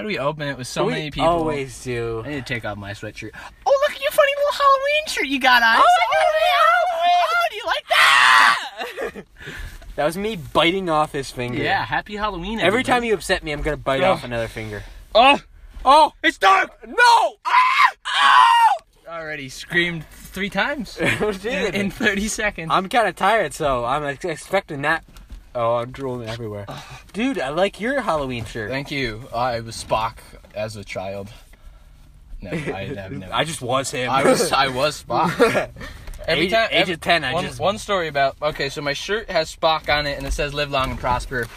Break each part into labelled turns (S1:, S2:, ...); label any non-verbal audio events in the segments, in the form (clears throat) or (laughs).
S1: do we open it with so
S2: we
S1: many people?
S2: always do.
S1: I need to take off my sweatshirt. Oh, look at your funny little Halloween shirt you got on. Oh, Halloween! Oh, do you like that?
S2: That was me biting off his finger.
S1: Yeah, happy Halloween.
S2: Every time
S1: everybody.
S2: you upset me, I'm gonna bite
S1: Ugh.
S2: off another finger.
S1: Oh,
S2: Oh
S1: it's dark! Oh.
S2: no! (laughs)
S1: Already screamed three times in, (laughs)
S2: Dude,
S1: in 30 seconds.
S2: I'm kind of tired, so I'm ex- expecting that. Oh, I'm drooling everywhere. Dude, I like your Halloween shirt.
S1: Thank you. I was Spock as a child. No, I
S2: (laughs)
S1: have never.
S2: I just was him.
S1: I
S2: (laughs)
S1: was I was Spock. (laughs) Every
S2: Age-
S1: time,
S2: age
S1: every-
S2: of 10, I
S1: one,
S2: just-
S1: one story about. Okay, so my shirt has Spock on it, and it says "Live long and prosper."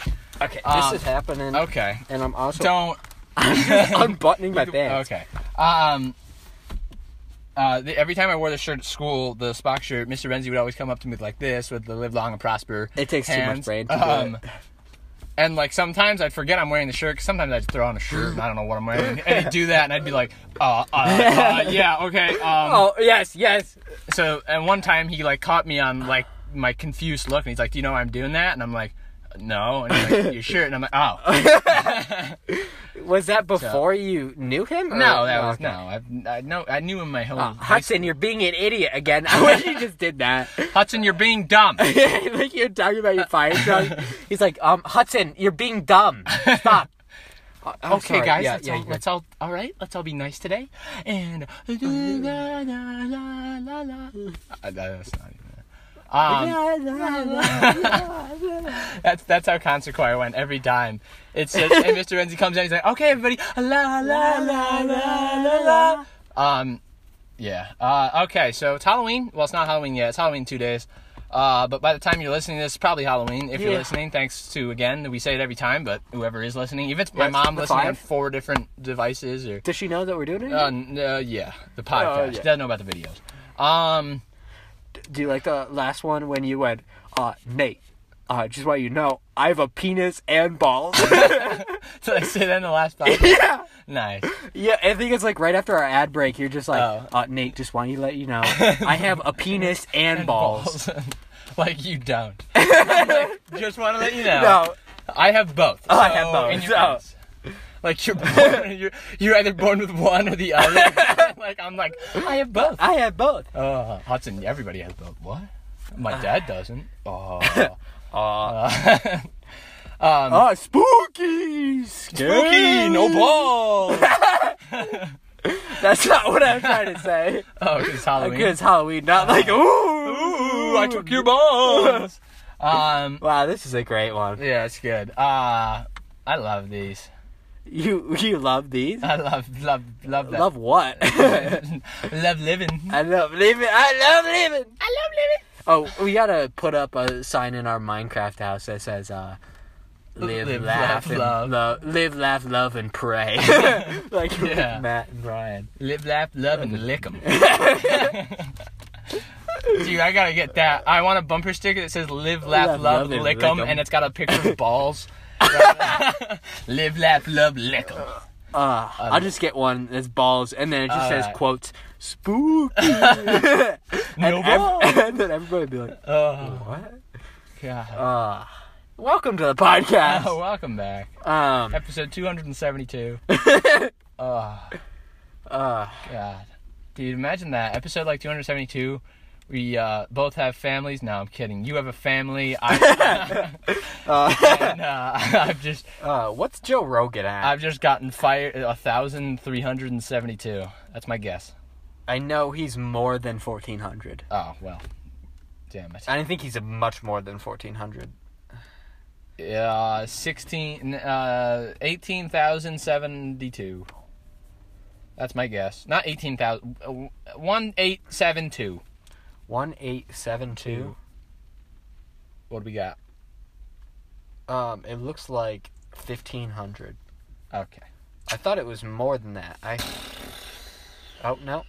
S2: okay,
S1: uh,
S2: this is happening,
S1: Okay,
S2: and I'm
S1: (laughs)
S2: also
S1: don't.
S2: oh, unbuttoning
S1: (laughs)
S2: my pants.
S1: Okay. Um. Uh, the, every time I wore the shirt at school, the Spock shirt, Mr. Renzi would always come up to me like this with the "Live long and prosper."
S2: It takes too much
S1: hands. Um,
S2: brain to do it.
S1: And like sometimes I'd forget I'm wearing the shirt. 'cause sometimes I'd throw on a shirt and I don't know what I'm wearing, and he'd do that, and I'd be like, "Uh, uh,
S2: (laughs)
S1: uh yeah, okay." Um,
S2: Oh yes, yes.
S1: so and one time he like caught me on like my confused look and he's like do you know why i'm doing that and i'm like no and he's like your shirt and i'm like
S2: (laughs)
S1: oh
S2: Was that before you knew him? or-
S1: no that was
S2: okay.
S1: no i, I know i knew him my whole
S2: Uh,
S1: high
S2: Hudson, you're being an idiot again. (laughs) I wish you just did that.
S1: hudson you're being dumb
S2: (laughs) like you're talking about your fire truck.
S1: (laughs)
S2: He's like, um, Hudson, you're being dumb. Stop. Uh, I'm
S1: okay
S2: sorry.
S1: guys
S2: Yeah,
S1: let's,
S2: yeah,
S1: all,
S2: you're
S1: let's all all right let's all be nice today and la, la, la, la, la. Uh, that's not even it. um, That's that's how concert choir went every time. It's just, and Mr. Renzi comes in, he's like, okay, everybody, la la la la la la. Um, yeah. Uh, okay, so it's Halloween. Well, it's not Halloween yet. It's Halloween in two days. Uh, but by the time you're listening to this, it's probably Halloween. If you're
S2: Yeah.
S1: listening, thanks to again, we say it every time, but whoever is listening, even if it's my
S2: Yes,
S1: mom
S2: the
S1: listening on
S2: five.
S1: four different devices or
S2: Does she know that we're doing it?
S1: uh, n- uh, yeah, the podcast.
S2: Oh, yeah.
S1: Doesn't know about the videos. Um, (laughs)
S2: Do you like the last one when you went, uh, Nate? Uh, just want you to know, I have a penis
S1: (laughs)
S2: and balls.
S1: so I say that in the last podcast.
S2: (laughs) yeah,
S1: nice.
S2: yeah. I think it's like right after our ad break. You're just like,
S1: Oh.
S2: uh, Nate. Just want you to let
S1: (laughs)
S2: you know, I have a penis and, balls.
S1: like you
S2: (laughs)
S1: don't. Just want to let you know.
S2: No,
S1: I have both.
S2: Oh, I have both,
S1: in your
S2: so-
S1: case. Like you're born, (laughs) you're, you're either born with one or the
S2: (laughs)
S1: other. (laughs) like I'm like I have both.
S2: I have both.
S1: Oh, Hudson, everybody has both. What?
S2: Uh,
S1: My dad doesn't.
S2: (laughs)
S1: Oh.
S2: Um, uh, spooky,
S1: Spooky, no balls.
S2: (laughs) That's not what I'm trying to say.
S1: Oh, it's
S2: Because
S1: Halloween.
S2: it's Halloween, not like ooh.
S1: Ooh, I took your
S2: (laughs)
S1: balls. um,
S2: Wow, this is a great one.
S1: yeah, it's good. Uh, I love these.
S2: You you love
S1: (laughs)
S2: these?
S1: I love, love, love, that. (laughs)
S2: Love what? (laughs)
S1: love living.
S2: I love living. I love
S1: I
S2: living.
S1: love living.
S2: Oh, we gotta put up a sign in our Minecraft house that says, uh, "Live,
S1: Live, laugh,
S2: laugh, and
S1: love.
S2: lo- live, laugh, love, and pray." (laughs) like
S1: (laughs) Yeah.
S2: Matt and Ryan.
S1: Live, laugh, love, and lick
S2: (laughs)
S1: 'em. (laughs) Dude, I gotta get that. I want a bumper sticker that says "Live, laugh, love,
S2: Laugh, love, and
S1: lick
S2: lick
S1: 'em,"
S2: 'em.
S1: and it's got a picture of
S2: (laughs)
S1: balls. (laughs) Live, laugh, love, lick 'em.
S2: Uh, I'll just get one that's balls, and then it just says
S1: Alright.
S2: quotes
S1: (laughs)
S2: spooky, and,
S1: No
S2: ev-
S1: balls.
S2: (laughs) and then everybody would be like,
S1: Oh
S2: "What?"
S1: God.
S2: Uh, welcome to the podcast.
S1: Oh, (laughs) welcome back.
S2: Um,
S1: Episode
S2: (laughs)
S1: 272. oh
S2: uh,
S1: God, dude, imagine that episode like 272. We uh, both have families. No, I'm kidding. You have a family. I,
S2: (laughs)
S1: (laughs)
S2: uh,
S1: and, uh, (laughs) I've just
S2: uh, what's Joe Rogan at?
S1: I've just gotten fired a thousand three hundred and seventy-two. That's my guess.
S2: I know he's more than fourteen hundred.
S1: Oh well, damn it.
S2: I think he's a much more than fourteen hundred.
S1: Uh, sixteen, uh, eighteen thousand seventy-two. That's my guess. Not eighteen thousand. uh, One eight seven two.
S2: One eight seven two.
S1: What do we got?
S2: Um, it looks like fifteen hundred.
S1: Okay.
S2: I thought it was more than that. I. Oh no!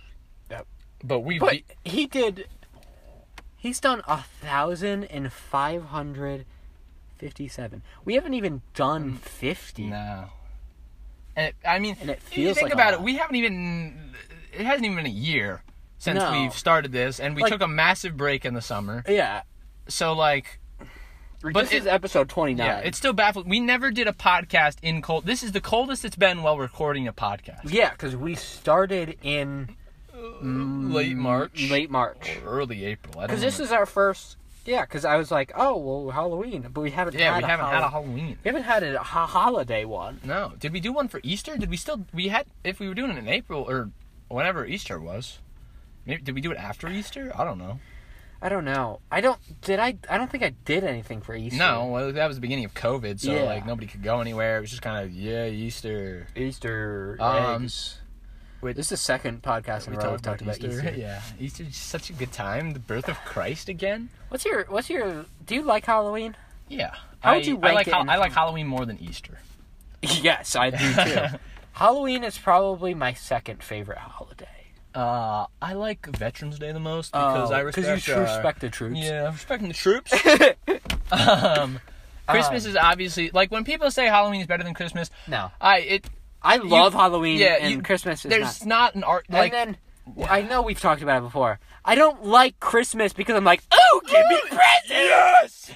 S1: But we.
S2: But he did. He's done a thousand and five hundred fifty-seven. We haven't even done
S1: Mm.
S2: fifty.
S1: no. And it, I mean,
S2: And it
S1: if you
S2: feels
S1: think
S2: like a
S1: about it,
S2: lot.
S1: we haven't even. It hasn't even been a year since
S2: No.
S1: we've started this, and we
S2: Like-
S1: took a massive break in the summer.
S2: Yeah,
S1: So like, But
S2: this
S1: it-
S2: is episode 29.
S1: Yeah, it's still baffling. We never did a podcast in cold. This is the coldest it's been while recording a podcast.
S2: Yeah, because we started in
S1: Late March,
S2: Mm, late March.
S1: or early April. I don't
S2: Because this
S1: know.
S2: is our first. Yeah, because I was like, oh, well, Halloween. But we haven't
S1: yeah,
S2: had
S1: we
S2: a
S1: haven't had a
S2: Hall-
S1: Halloween.
S2: We haven't had a ho- holiday one.
S1: No, did we do one for Easter? Did we still we had if we were doing it in April or whenever Easter was? Maybe did we do it after Easter? I don't know.
S2: I don't know. I don't. Did I? I don't think I did anything for Easter.
S1: No, well, that was the beginning of COVID, so
S2: Yeah.
S1: like nobody could go anywhere. It was just kind of yeah, Easter.
S2: Easter
S1: Um,
S2: eggs.
S1: wait-
S2: this is the second podcast in a row we've talked about Easter.
S1: (laughs) Yeah, Easter's just such a good time. The birth of Christ again.
S2: What's your What's your Do you like Halloween?
S1: Yeah.
S2: How
S1: I,
S2: would you
S1: I
S2: rank
S1: like
S2: it
S1: Hal-
S2: in-
S1: I like Halloween more than Easter.
S2: (laughs) yes, I
S1: (laughs)
S2: do too. Halloween is probably my second favorite holiday.
S1: Uh, I like Veterans Day the most because
S2: Oh,
S1: I respect.
S2: you
S1: our-
S2: respect the troops.
S1: Yeah, respecting the
S2: (laughs)
S1: troops. um,
S2: Uh,
S1: Christmas is obviously like when people say Halloween is better than Christmas.
S2: No,
S1: I it
S2: I love Halloween
S1: yeah,
S2: and
S1: you-
S2: Christmas is
S1: there's not,
S2: not.
S1: an art like
S2: and then I know we've talked about it before. I don't like Christmas because I'm like, oh, give me presents.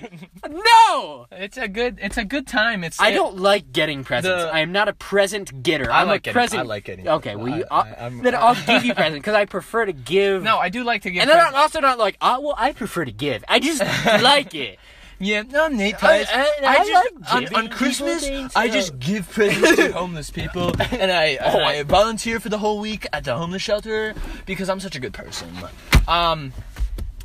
S2: no,
S1: (laughs) it's a good it's a good time. It's
S2: I
S1: it-
S2: don't like getting presents.
S1: The-
S2: I am not a present getter.
S1: I
S2: I'm
S1: like
S2: a
S1: getting-
S2: present.
S1: I like getting
S2: Okay,
S1: presents.
S2: well, you,
S1: I-
S2: I'll-
S1: I- I'm-
S2: then I'll give you presents because I prefer to give.
S1: No, I do like to get.
S2: and then I'm also not like, oh, well, I prefer to give.
S1: (laughs)
S2: I just like it.
S1: yeah, no, Nate.
S2: I-
S1: I,
S2: I- I
S1: just
S2: like
S1: on-
S2: giving
S1: on,
S2: people
S1: Christmas
S2: things,
S1: I
S2: yeah. Oh,
S1: just give presents
S2: (laughs)
S1: to homeless people, and I and I volunteer for the whole week at the homeless shelter because I'm such a good person. Um,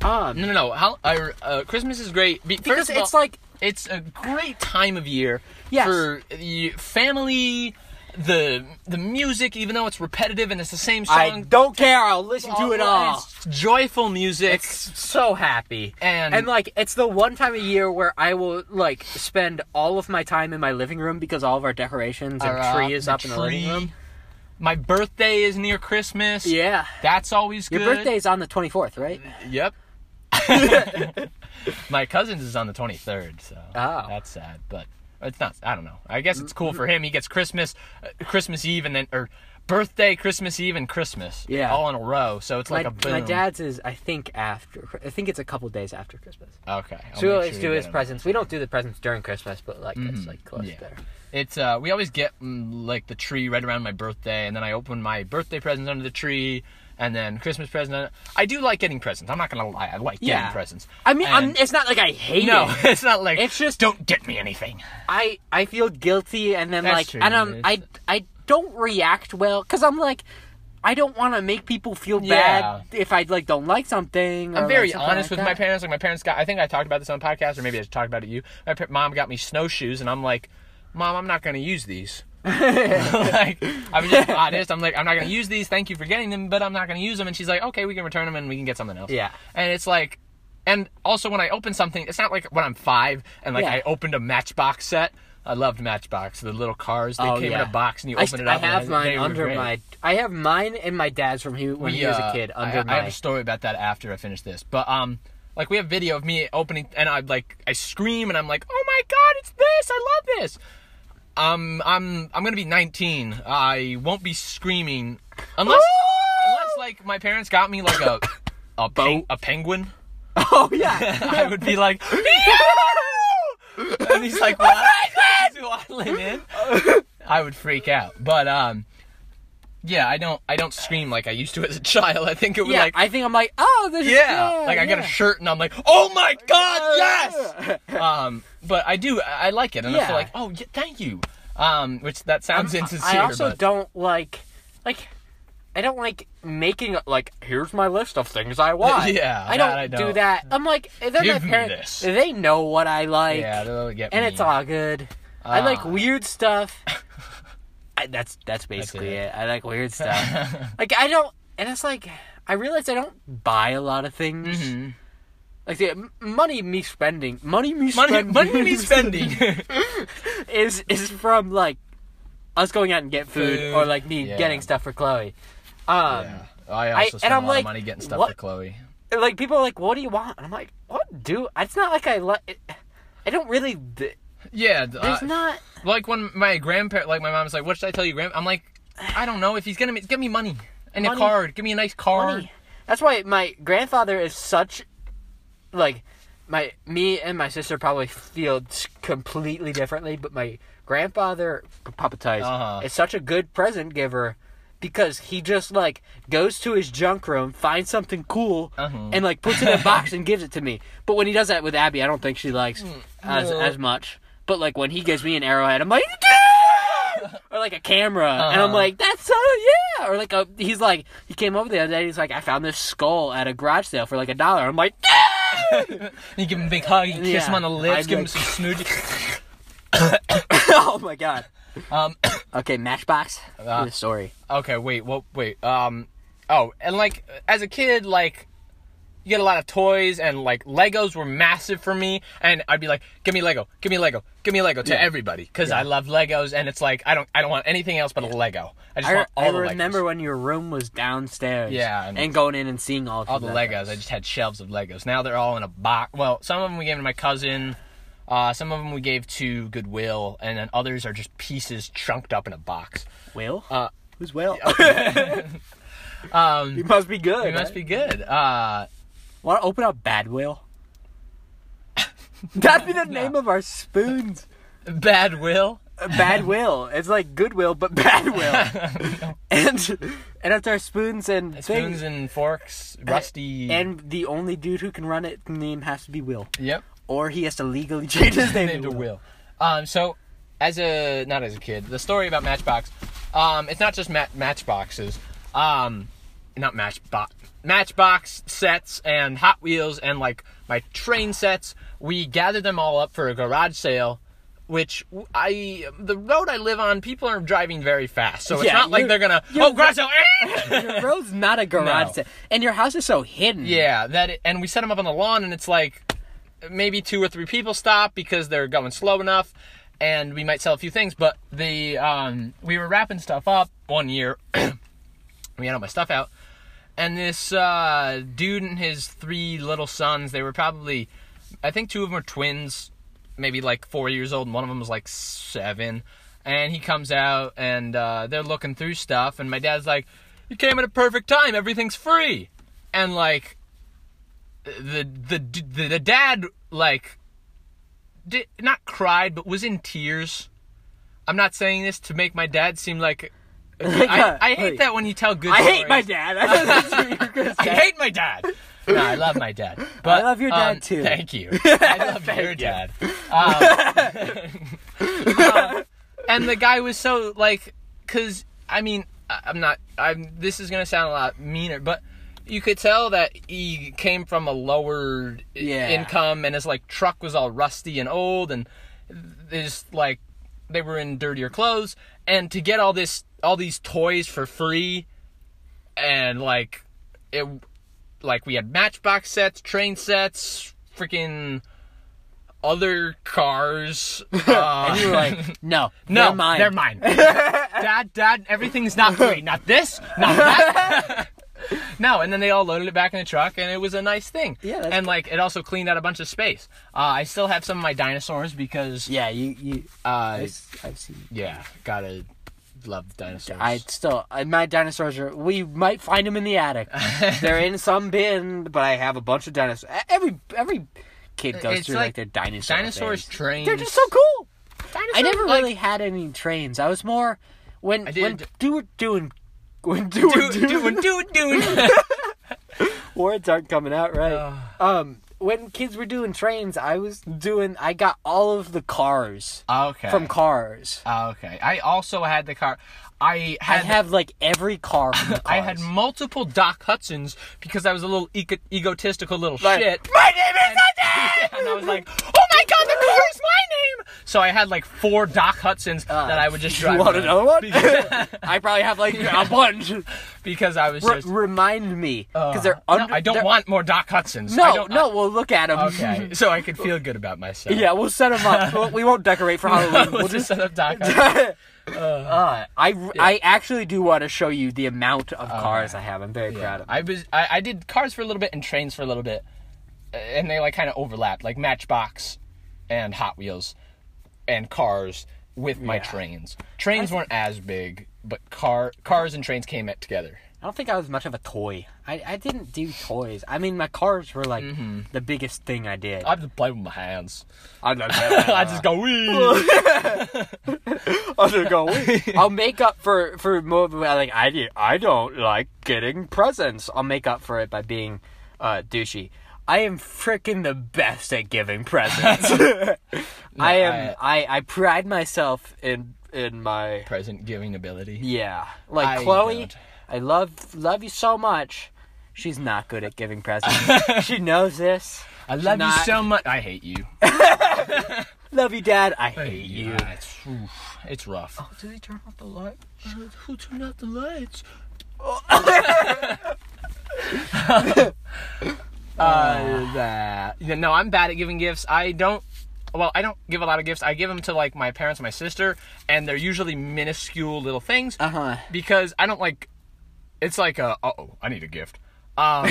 S2: Um,
S1: no, no, no. How, I, uh, Christmas is great be-
S2: because
S1: first of all-
S2: it's like
S1: it's a great time of year
S2: Yes.
S1: for the family the the music even though it's repetitive and it's the same song
S2: I don't care. I'll listen to it all.
S1: It's joyful music
S2: It's so happy.
S1: and,
S2: And like it's the one time a year where I will like spend all of my time in my living room because all of our decorations and
S1: our, uh,
S2: tree is
S1: the
S2: up in the living
S1: tree.
S2: room.
S1: my birthday is near christmas
S2: Yeah.
S1: that's always
S2: Your
S1: good
S2: birthday's on the 24th, right? (laughs)
S1: yep my cousin's is on the 23rd so
S2: Oh. Mm-hmm.
S1: that's sad but it's not i don't know i guess it's cool for him he gets christmas uh, christmas eve and then or birthday christmas eve and christmas
S2: Yeah.
S1: all in a row so it's like
S2: my,
S1: a boom
S2: my dad's is I think after I think it's a couple days after Christmas.
S1: Okay. I'll
S2: So we
S1: make
S2: always
S1: sure
S2: do
S1: you
S2: his
S1: get 'em.
S2: presents. We don't do the presents during Christmas, but like it's like close
S1: Yeah.
S2: there.
S1: It's uh, we always get mm, like the tree right around my birthday, and then I open my birthday presents under the tree, and then Christmas presents. I do like getting presents. I'm not gonna lie, I like
S2: Yeah.
S1: getting presents.
S2: I mean, I'm,
S1: And-
S2: it's not like I hate
S1: no,
S2: it.
S1: (laughs) it's not like
S2: It's just-
S1: don't get me anything.
S2: I I feel guilty, and then
S1: That's
S2: like,
S1: true,
S2: and um,
S1: it's-
S2: I I don't react well because I'm like, I don't want to make people feel
S1: Yeah.
S2: bad if I like don't like something. or,
S1: I'm
S2: like,
S1: very
S2: something
S1: honest
S2: like
S1: with my
S2: that.
S1: parents. Like my parents got. I think I talked about this on the podcast, or maybe I just talked about it. to You, my pa- mom got me snowshoes, and I'm like, Mom, I'm not gonna use
S2: (laughs)
S1: these. like I was just honest. I'm like, I'm not gonna use these. Thank you for getting them, but I'm not gonna use them. And she's like, Okay, we can return them, and we can get something else.
S2: Yeah.
S1: And it's like, and also when I open something, it's not like when I'm five and like
S2: Yeah.
S1: I opened a Matchbox set. I loved Matchbox. The little cars they
S2: Oh,
S1: came
S2: yeah.
S1: in a box and you
S2: I,
S1: open
S2: st-
S1: it up.
S2: I have
S1: and
S2: mine
S1: they were
S2: under
S1: great.
S2: my. I have mine and my dad's from he, when
S1: We,
S2: he was
S1: uh,
S2: a kid under
S1: I,
S2: my.
S1: I have a story about that after I finish this, but um, like we have video of me opening, and I like I scream and I'm like, oh my god, it's this! I love this. Um, I'm I'm gonna be 19. I won't be screaming unless unless like my parents got me like
S2: (coughs)
S1: a a peng- a penguin.
S2: (laughs)
S1: (laughs)
S2: oh yeah.
S1: I
S2: (laughs)
S1: would be like, and he's like, what? Waddling in. I would freak out, but um. Yeah, I don't. I don't scream like I used to as a child. I think it was
S2: yeah,
S1: like
S2: I think I'm like, oh, this
S1: yeah.
S2: is yeah,
S1: like I got a
S2: yeah.
S1: shirt and I'm like, oh my god, yes.
S2: Yeah.
S1: Um, but I do. I I like it, and I
S2: Yeah.
S1: feel like, oh, yeah, thank you. Um, which that sounds insincere.
S2: I also
S1: but
S2: don't like, like, I don't like making like. Here's my list of
S1: (laughs)
S2: things I want.
S1: Yeah,
S2: I don't,
S1: that I
S2: do
S1: don't.
S2: that. I'm like, they're
S1: Give
S2: my
S1: me this.
S2: parents. They know what I like,
S1: yeah, they'll get
S2: and
S1: me.
S2: it's all good. I like
S1: Ah. (laughs)
S2: weird stuff. I, that's that's basically
S1: it.
S2: it. I
S1: (laughs)
S2: like weird stuff. like I don't, and it's like I realize I don't buy a lot of things.
S1: Mhm.
S2: Like the m- money me spending, money me
S1: (laughs) money.
S2: spending,
S1: Money me
S2: (laughs)
S1: spending.
S2: is is from like us going out and get food,
S1: Food.
S2: or like me
S1: Yeah.
S2: getting stuff for Chloe. Um,
S1: Yeah. (laughs) I
S2: I-
S1: also
S2: and
S1: spend
S2: I'm
S1: a lot
S2: like,
S1: of money getting stuff
S2: what?
S1: for Chloe.
S2: like people are like, "What do you want?" And I'm like, "What do?" It's not like I like. I don't really. d-
S1: Yeah, d-
S2: There's
S1: uh,
S2: not.
S1: like when my grandparent, like my mom's like, "What should I tell you, grand?" I'm like, I don't know. If he's gonna ma- give me money and
S2: Money.
S1: a card, give me a nice card.
S2: Money. That's why my grandfather is such, like, my me and my sister probably feel s- completely differently, but my grandfather puppetized
S1: Uh-huh.
S2: is such a good present giver because he just like goes to his junk room, finds something cool,
S1: Uh-huh.
S2: and like puts
S1: (laughs)
S2: it in a box and gives it to me. But when he does that with Abby, I don't think she likes as
S1: Mm, no.
S2: as much. But like when he gives me an arrowhead, I'm like, "Yeah!" or like a camera, and I'm
S1: Uh-huh.
S2: like, that's so yeah. Or like a, he's like, he came over the other day, and he's like, I found this skull at a garage sale for like a dollar. I'm like, (laughs) "Yeah!"
S1: You give him a big hug, you kiss
S2: Yeah.
S1: him on the lips,
S2: I'd
S1: give
S2: be
S1: him some
S2: (laughs)
S1: smoothie.
S2: oh my god.
S1: Um,
S2: Okay, Matchbox.
S1: Uh,
S2: the story.
S1: okay, wait, well, wait. Um, oh, and like as a kid, like you get a lot of toys, and like Legos were massive for me, and I'd be like, "Give me Lego, give me Lego, give me Lego" to everybody because I love Legos, and it's like I don't, I don't want anything else but a Lego. I just
S2: I,
S1: want all
S2: I
S1: the Legos.
S2: remember when your room was downstairs.
S1: Yeah,
S2: and,
S1: and-
S2: going in and seeing all of
S1: all the Legos. I just had shelves of Legos. Now they're all in a box. Well, some of them we gave to my cousin. Uh, some of them we gave to Goodwill, and then others are just pieces chunked up in a box.
S2: Will.
S1: Uh, (laughs)
S2: Who's Will?
S1: Um,
S2: you must be good.
S1: it must be good. Uh,
S2: Want to open up
S1: (laughs)
S2: Bad Will? That'd be the name of
S1: (laughs)
S2: our spoons.
S1: bad will.
S2: Uh, Bad Will. It's like Goodwill, but Bad Will.
S1: (laughs)
S2: (laughs) and and it's our spoons and
S1: Spoons
S2: things.
S1: and forks, rusty.
S2: And (laughs) the only dude who can run it name has to be Will,
S1: yep,
S2: or he has to legally (laughs) change his name,
S1: named a will. Um, so, as a not as a kid, the story about Matchbox. Um, it's not just ma- Matchboxes. Um, not Matchbox Matchbox sets and Hot Wheels and like my train sets. We gathered them all up for a garage sale. Which w- I, the road I live on, people are driving very fast, so it's
S2: Yeah,
S1: not like
S2: you're-
S1: they're gonna.
S2: you're-
S1: Oh, garage
S2: (laughs)
S1: sale! eh!"
S2: Your road's not a
S1: (laughs)
S2: garage,
S1: No.
S2: sale. and your house is so hidden.
S1: Yeah, that and we set them up on the lawn, and it's like maybe two or three people stop because they're going slow enough, and we might sell a few things. But the um, we were wrapping stuff up one year. (clears throat) we had all my stuff out, and this uh, dude and his three little sons. They were probably, I think, two of them were twins, maybe like four years old, and one of them was like seven. And he comes out, and uh, they're looking through stuff, and my dad's like, "You came at a perfect time. Everything's free." and like the the the, the dad like did, not cried but was in tears i'm not saying this to make my dad seem like
S2: (laughs)
S1: I, I hate that when you tell good
S2: I hate my
S1: stories.
S2: dad. (laughs) I, thought
S1: (laughs)
S2: that's what you were gonna
S1: i
S2: say.
S1: hate my dad no, I love my
S2: (laughs)
S1: dad. But,
S2: love your dad,
S1: um,
S2: too.
S1: Thank
S2: (laughs)
S1: you. I love your dad. Um, um, and the guy was so like, cause I mean, I- I'm not. I'm. This is gonna sound a lot meaner, but you could tell that he came from a lower i-
S2: Yeah.
S1: income, and his like truck was all rusty and old, and his like they were in dirtier clothes, and to get all this, all these toys for free, and like it like we had matchbox sets train sets freaking other cars uh,
S2: You were like, no,
S1: no
S2: they're mine.
S1: they're
S2: (laughs)
S1: mine dad dad everything's not free not this not that
S2: (laughs)
S1: no and then they all loaded it back in the truck and it was a nice thing
S2: Yeah, that's
S1: and like it also cleaned out a bunch of space uh, i still have some of my dinosaurs because
S2: Yeah, you, you.
S1: uh,
S2: I've, I've seen.
S1: yeah gotta love dinosaurs
S2: I still, I- my dinosaurs are. We might find them in the
S1: (laughs)
S2: attic. They're in some bin, but I have a bunch of dinosaurs. Every every kid goes
S1: It's
S2: through like,
S1: like
S2: their dinosaur.
S1: dinosaurs
S2: phase.
S1: trains
S2: They're just so cool.
S1: dinosaurs,
S2: I never
S1: like-
S2: really had any trains. I was more when
S1: I
S2: when
S1: did-
S2: do doing when do
S1: (laughs) do
S2: (laughs)
S1: do do do
S2: words aren't coming out right. um, when kids were doing trains, I was doing. I got all of the cars
S1: okay (laughs)
S2: from Cars.
S1: Ah, okay. I also had the car. I
S2: I
S1: had. I had-
S2: have like every car
S1: (laughs)
S2: from the Cars.
S1: multiple Doc Hudsons because I was a little eco- egotistical little
S2: Like,
S1: shit.
S2: My
S1: (laughs)
S2: name is Hudson.
S1: And I was like, oh my god, the car is my name! So I had like four Doc Hudsons that I would just drive
S2: Ah, (laughs) You want
S1: around
S2: another one? (laughs) I probably have like
S1: (laughs)
S2: a bunch.
S1: because I was
S2: R-
S1: just.
S2: remind me, because
S1: uh,
S2: they're under.
S1: no, I don't
S2: they're-
S1: want more Doc Hudsons. I
S2: No,
S1: don't-
S2: no, we'll look at them.
S1: okay, so I could feel good about myself.
S2: (laughs) yeah, we'll set them up. We'll- we won't decorate for
S1: (laughs)
S2: Halloween.
S1: we'll
S2: We'll
S1: just
S2: just. (laughs)
S1: set up Doc Hudsons.
S2: uh, I, I actually do want to show you the amount of cars I have. I'm very proud of.
S1: I was I, I did cars for a little bit and trains for a little bit, uh, and they like kind of overlapped, like Matchbox, and Hot Wheels, and cars with my trains. Trains weren't as big, but car cars and trains came at together.
S2: I don't think I was much of a toy. I, I didn't do toys. I mean, my cars were like the biggest thing I did.
S1: I just play with my hands.
S2: Mm-hmm.
S1: Ah.
S2: I (laughs)
S1: (laughs) I just go
S2: don't
S1: wee.
S2: I'll just go. (laughs) "Wait." I'll make up for for more. Like I do. I don't like getting presents. I'll make up for it by being uh, douchey. I am freaking the best at giving (laughs) presents. I am. I, I pride myself in in my
S1: Present giving ability.
S2: yeah. Like
S1: I
S2: Chloe,
S1: don't.
S2: I love love you so much. She's not good at giving (laughs) presents. she knows this.
S1: I
S2: She's
S1: love you
S2: not-
S1: so much. I hate you.
S2: Love you, Dad. I
S1: I
S2: hate you.
S1: It's, oof, it's rough.
S2: Oh, did he turn off the light?
S1: uh, Who turned out the lights? uh, that. Yeah, no, I'm bad at giving gifts. I don't. Well, I don't give a lot of gifts. I give them to like my parents, and my sister, and they're usually minuscule little things
S2: Uh huh.
S1: because I don't like. It's like a. Oh, I need a gift. Um,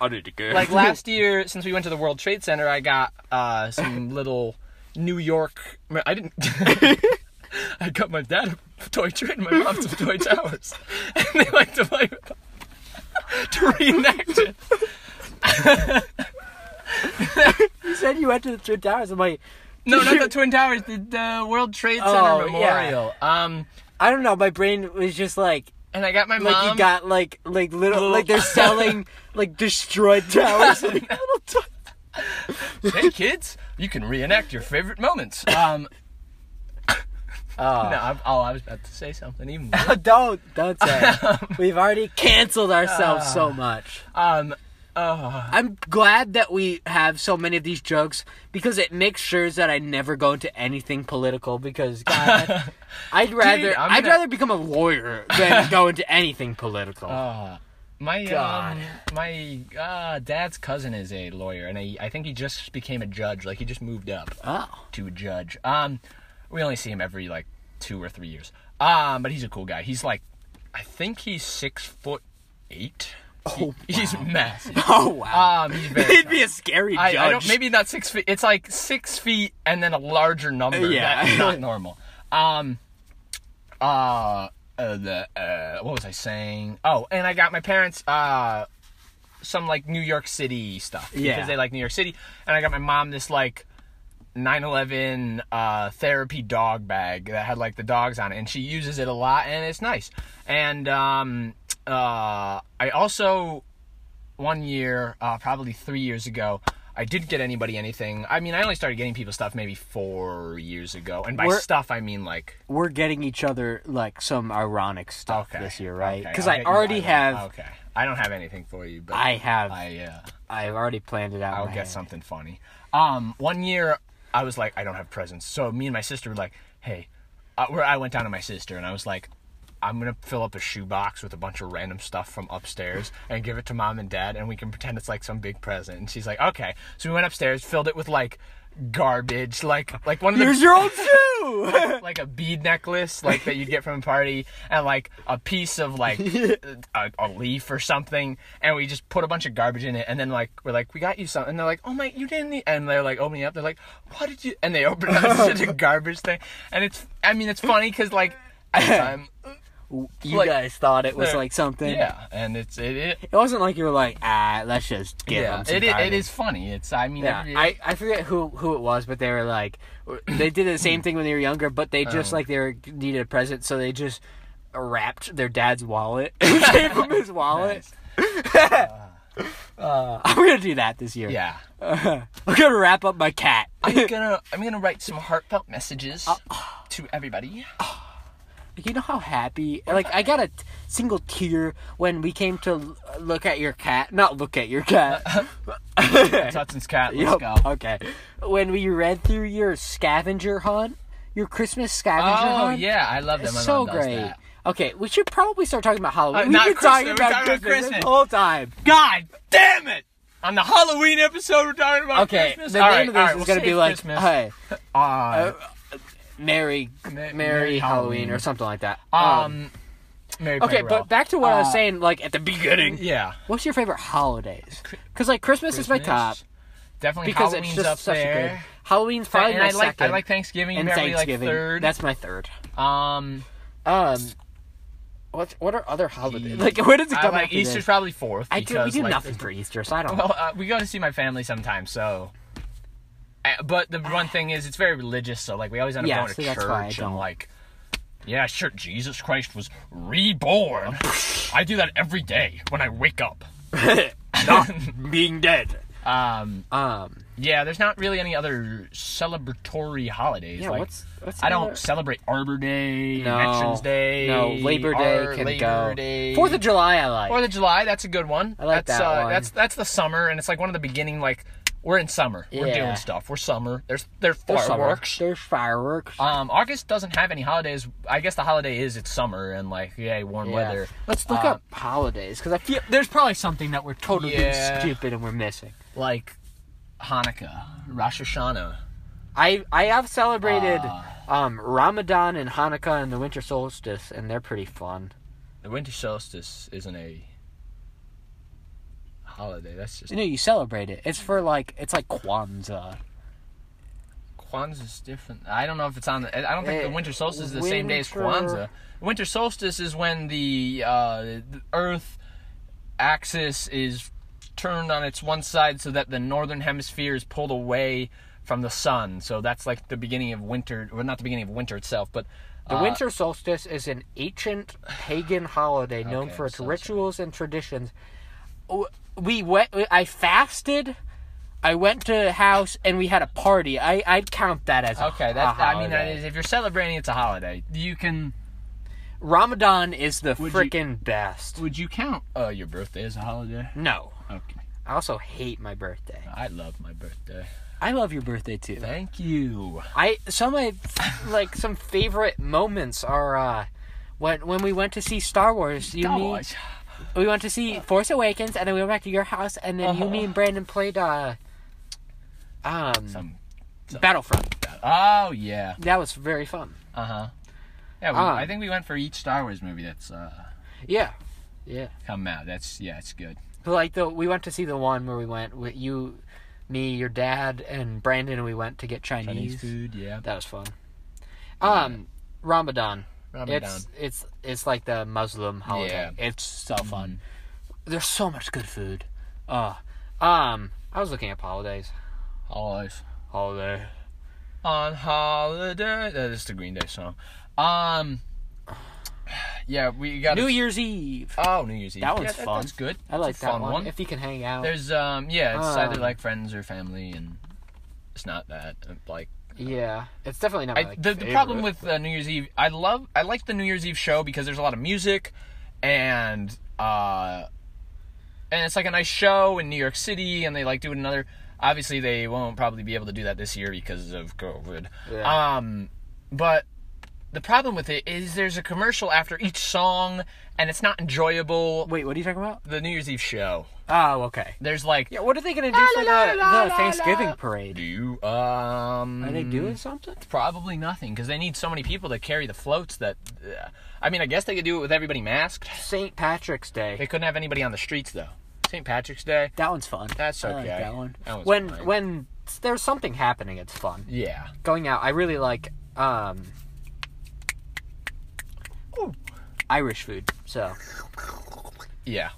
S2: I need to go. (laughs)
S1: like last year, since we went to the World Trade Center, I got uh, some little New York. I didn't. (laughs) I got my dad a toy train, and my mom some toy towers, (laughs) and they like to play with them (laughs) to reenact it.
S2: You said you went to the Twin Towers. I'm like,
S1: No, not
S2: (laughs)
S1: the Twin Towers, the, the World Trade Center
S2: Oh, yeah.
S1: Memorial. Um,
S2: I don't know. My brain was just like,
S1: and I got my
S2: like
S1: mom.
S2: you got like, like little,
S1: Little-
S2: (laughs) like they're selling like destroyed towers. (laughs)
S1: hey kids, you can reenact your favorite
S2: (laughs)
S1: moments. Um, (laughs) no,
S2: Ah.
S1: I, oh, I was about to say something even. Worse.
S2: don't, don't say. (laughs) it. We've already canceled ourselves so much.
S1: Um, uh,
S2: I'm glad that we have so many of these jokes because it makes sure that I never go into anything political.
S1: (laughs)
S2: Because God, I'd rather,
S1: I'm
S2: I'd
S1: gonna-
S2: rather become a lawyer
S1: (laughs)
S2: than go into anything political.
S1: Uh, my
S2: God.
S1: um, my uh, dad's cousin is a lawyer, and I, I think he just became a judge. Like he just moved up
S2: oh.
S1: to a judge. Um, we only see him every like two or three years. Um, but he's a cool guy. He's like, I think he's six foot eight. He-
S2: Oh,
S1: he's
S2: (laughs)
S1: massive.
S2: (laughs) Oh wow.
S1: Um, he's very.
S2: (laughs) It'd be a scary
S1: I,
S2: judge.
S1: I don't. Maybe not six feet. It's like six feet and then a larger number.
S2: Yeah.
S1: That's not normal. Um. Uh. uh, the uh, what was I saying? Oh, and I got my parents uh some like New York City stuff
S2: Yeah.
S1: because they like New York City, and I got my mom this like 9/11 uh, therapy dog bag that had like the dogs on it, and she uses it a lot, and it's nice. And um, uh, I also one year, uh, probably three years ago, I didn't get anybody anything. I mean, I only started getting people stuff maybe four years ago, and by
S2: We're-
S1: stuff I mean like
S2: we're getting each other like some ironic stuff
S1: okay
S2: this year, right?
S1: okay,
S2: Because
S1: I'll
S2: I
S1: get you
S2: already
S1: that.
S2: have,
S1: okay. I don't have anything for you, but
S2: I have, I,
S1: I uh,
S2: have already planned it out. in
S1: I'll
S2: my
S1: get
S2: (laughs) head.
S1: something funny. Um, one year I was like, I don't have presents, so me and my sister were like, hey, uh, where I went down to my sister and I was like, I'm gonna fill up a shoebox with a bunch of random stuff from upstairs and give it to mom and dad, and we can pretend it's like some big present. And she's like, okay. So we went upstairs, filled it with like garbage, like like one of the
S2: Here's your old shoe.
S1: (laughs) like a bead necklace like that you'd get from a party and like a piece of (laughs) like a, a leaf or something and we just put a bunch of garbage in it and then like we're like we got you something and they're like oh my you didn't need-" and they're like opening it up they're like what did you and they open it up (laughs) it's just a garbage thing and it's i mean it's funny because (laughs) like at the time
S2: you
S1: Like,
S2: guys thought it was
S1: there-
S2: like something.
S1: yeah and it's it, it
S2: It wasn't like you were like, ah, let's just give
S1: yeah
S2: them some
S1: it, it, it
S2: garbage."
S1: is funny it's i mean
S2: Yeah,
S1: every-
S2: I, I forget who who it was, but they were like, they did
S1: (clears throat)
S2: the same thing when they were younger, but they just
S1: Oh.
S2: like they were, needed a present, so they just wrapped their dad's wallet (laughs)
S1: (laughs)
S2: and gave him his wallet. (laughs) Uh, I'm gonna do that this year.
S1: (laughs) yeah
S2: I'm gonna wrap up my cat.
S1: i'm gonna i'm gonna write some heartfelt messages to everybody
S2: You know how happy? Like I got a t- single tear when we came to l- look at your cat. Not look at your cat.
S1: Hudson's cat (laughs) let's
S2: (laughs) Yup,
S1: go
S2: Okay. When we read through your scavenger hunt, your Christmas scavenger
S1: Oh
S2: hunt.
S1: yeah, I love that.
S2: It's
S1: My
S2: so
S1: mom does
S2: great.
S1: that.
S2: Okay, we should probably start talking about Halloween.
S1: Uh,
S2: We've
S1: not
S2: been
S1: Christmas,
S2: talking
S1: we're
S2: about
S1: talking about
S2: Christmas,
S1: Christmas.
S2: the whole time.
S1: God damn it! On the Halloween episode, we're talking about
S2: Okay,
S1: Christmas.
S2: the name
S1: All right,
S2: of
S1: all
S2: this
S1: right,
S2: is
S1: we'll
S2: gonna
S1: save
S2: be like,
S1: Christmas.
S2: hey,
S1: Uh,
S2: Merry,
S1: Merry
S2: Merry, Halloween,
S1: Halloween.
S2: or something like that.
S1: um, Mary
S2: uh, okay,
S1: Pepperell.
S2: but back to what I
S1: Uh,
S2: was saying, like at the beginning.
S1: yeah,
S2: What's your favorite holidays? Because like Christmas, is my
S1: Christmas.
S2: top
S1: Definitely
S2: because
S1: Halloween's
S2: it's just
S1: up
S2: such
S1: there.
S2: a good. Halloween's probably
S1: and
S2: my
S1: I like
S2: second,
S1: I like Um, Thanksgiving
S2: and
S1: probably
S2: Thanksgiving.
S1: like third.
S2: That's my third.
S1: um
S2: Um, What what are other holidays? Like where does it
S1: I
S2: come
S1: like
S2: after
S1: Easter's
S2: this?
S1: probably fourth.
S2: I do. We
S1: because,
S2: do
S1: like,
S2: nothing for Easter, so I don't. know.
S1: Well, uh, we go to see my family sometimes, so. I, but the one thing is, it's very religious, so like we always end up
S2: Yeah,
S1: going
S2: see,
S1: to
S2: that's why I
S1: church and
S2: don't.
S1: like. Yeah, sure. Jesus Christ was reborn. I do that every day when I wake up.
S2: (laughs) Not being dead.
S1: Um,
S2: Um.
S1: yeah, there's not really any other celebratory holidays.
S2: Yeah.
S1: like,
S2: what's what's
S1: I don't
S2: another-
S1: celebrate Arbor Day,
S2: No.
S1: Veterans Day,
S2: No, Labor Day
S1: Ar-
S2: can
S1: Labor
S2: go.
S1: Day.
S2: Fourth of July, I like.
S1: Fourth of July, that's a good one.
S2: I like
S1: that's,
S2: that
S1: uh,
S2: one.
S1: That's that's the summer, and it's like one of the beginning. Like we're in summer, we're
S2: Yeah.
S1: doing stuff. We're summer. There's there's
S2: There's summer.
S1: fireworks.
S2: There's fireworks.
S1: Um, August doesn't have any holidays. I guess the holiday is it's summer and like yay warm
S2: Yeah.
S1: weather.
S2: Let's look
S1: Uh,
S2: up holidays because I feel there's probably something that we're totally
S1: Yeah.
S2: stupid and we're missing.
S1: Like Hanukkah, Rosh Hashanah.
S2: I I have celebrated
S1: Uh.
S2: um, Ramadan and Hanukkah and the winter solstice, and they're pretty fun.
S1: The winter solstice isn't a holiday. That's just
S2: You know, you celebrate it. It's for like it's like Kwanzaa.
S1: Kwanzaa's different. I don't know if it's on. The, I don't think
S2: Eh,
S1: the winter solstice is the same day as
S2: winter-
S1: Kwanzaa. Winter solstice is when the, uh, the Earth axis is turned on its one side so that the northern hemisphere is pulled away from the sun. So that's like the beginning of winter, or not the beginning of winter itself, but
S2: The
S1: uh,
S2: winter solstice is an ancient pagan holiday known
S1: Okay,
S2: for its
S1: so sorry.
S2: rituals and traditions. W- We went. I fasted. I went to a house and we had a party. I I'd count that as a-
S1: Okay,
S2: a
S1: that's. I mean, that
S2: holiday.
S1: is, if you're celebrating, it's a holiday. You can.
S2: Ramadan is the
S1: Would you-
S2: freaking best.
S1: Would you count uh, your birthday as a holiday?
S2: No,
S1: Okay.
S2: I also hate my birthday.
S1: I love my birthday.
S2: I love your birthday too.
S1: Thank you.
S2: I some of my like some favorite moments are uh when when we went to see Star Wars. You
S1: Star
S2: me-
S1: Wars.
S2: we went to see Force Awakens, and then we went back to your house, and then you, me, and Brandon played uh um
S1: Uh-huh. Some-
S2: Battlefront.
S1: Oh yeah.
S2: That was very fun.
S1: Uh huh. Yeah, we,
S2: Ah.
S1: I think we went for each Star Wars movie that's uh,
S2: Yeah, yeah.
S1: come out. That's yeah, it's good.
S2: Like the we went to see the one where we went with you, me, your dad, and Brandon, and we went to get Chinese.
S1: Chinese food, yeah.
S2: That was fun. Um, Ramadan.
S1: Ramadan.
S2: It's it's it's like the Muslim holiday. It's so
S1: Mm-hmm.
S2: fun. There's so much good food. Uh, um, I was looking up holidays.
S1: Holidays.
S2: Holiday.
S1: On holiday. That is the Green Day song. Um. Yeah, we got
S2: New Year's Eve.
S1: Oh, New Year's Eve.
S2: That
S1: Yeah,
S2: one's fun.
S1: That's good.
S2: I like
S1: It's a
S2: that
S1: fun
S2: one. If you can hang out.
S1: There's um yeah, it's either
S2: Um.
S1: like friends or family, and it's not that uh, like
S2: yeah, it's definitely not.
S1: I,
S2: my, like,
S1: the, the
S2: favorite.
S1: problem with uh, New Year's Eve, I love, I like the New Year's Eve show because there's a lot of music, and uh, and it's like a nice show in New York City, and they like do it another. Obviously, they won't probably be able to do that this year because of COVID.
S2: Yeah.
S1: Um, but the problem with it is there's a commercial after each song, and it's not enjoyable.
S2: Wait, what are you talking about?
S1: The New Year's Eve show,
S2: Oh, okay.
S1: there's like,
S2: Yeah, what are they gonna do
S1: La, la,
S2: for the,
S1: la, la,
S2: the
S1: la,
S2: Thanksgiving
S1: la. do
S2: parade?
S1: you um?
S2: Are they doing something?
S1: Probably nothing, because they need so many people to carry the floats that. Uh, I mean, I guess they could do it with everybody masked.
S2: St. Patrick's
S1: They
S2: Day.
S1: couldn't have anybody on the streets though. St. Patrick's Day.
S2: That one's fun.
S1: That's
S2: I like
S1: okay.
S2: that one.
S1: That one's
S2: when
S1: fine.
S2: when there's something happening, it's fun.
S1: Yeah.
S2: Going out, I really like um
S1: Ooh.
S2: Irish food. So
S1: Yeah.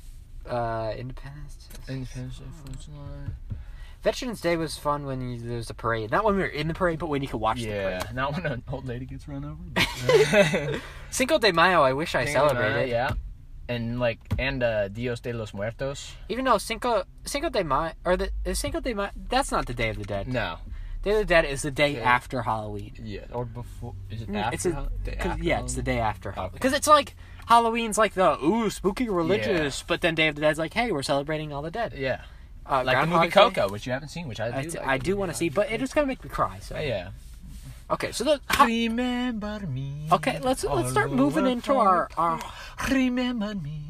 S2: uh Independence.
S1: Independence Day floats
S2: Veterans Day was fun when you, there was a parade. Not when we were in the parade, but when you could watch the
S1: Yeah.
S2: parade.
S1: Not when an old lady gets run (laughs) over. but-
S2: Cinco de Mayo, I wish I celebrated.
S1: Yeah. And like, and uh, Dios de los Muertos.
S2: Even though Cinco Cinco de Mayo or the is Cinco de Mayo, that's not the Day of the Dead.
S1: No.
S2: Day of the Dead is the day
S1: Okay.
S2: after Halloween.
S1: Yeah. Or before. Is it
S2: Mm,
S1: after?
S2: it's a,
S1: Hall- day
S2: 'cause-
S1: after
S2: yeah, it's the
S1: Halloween?
S2: day after
S1: Okay.
S2: because it's like Halloween's like the ooh spooky religious, but then Day of the Dead's like hey we're celebrating all the dead.
S1: Yeah.
S2: Uh,
S1: Like the movie
S2: Groundhog Day,
S1: Coco, which you haven't seen, which I do.
S2: I, t-
S1: like
S2: I
S1: the
S2: do
S1: movie
S2: want to see, but it is gonna make me cry. So
S1: Coco. Yeah.
S2: okay, so the ho-
S1: Remember me.
S2: okay let's let's start
S1: all
S2: moving
S1: over
S2: into our our
S1: Remember me.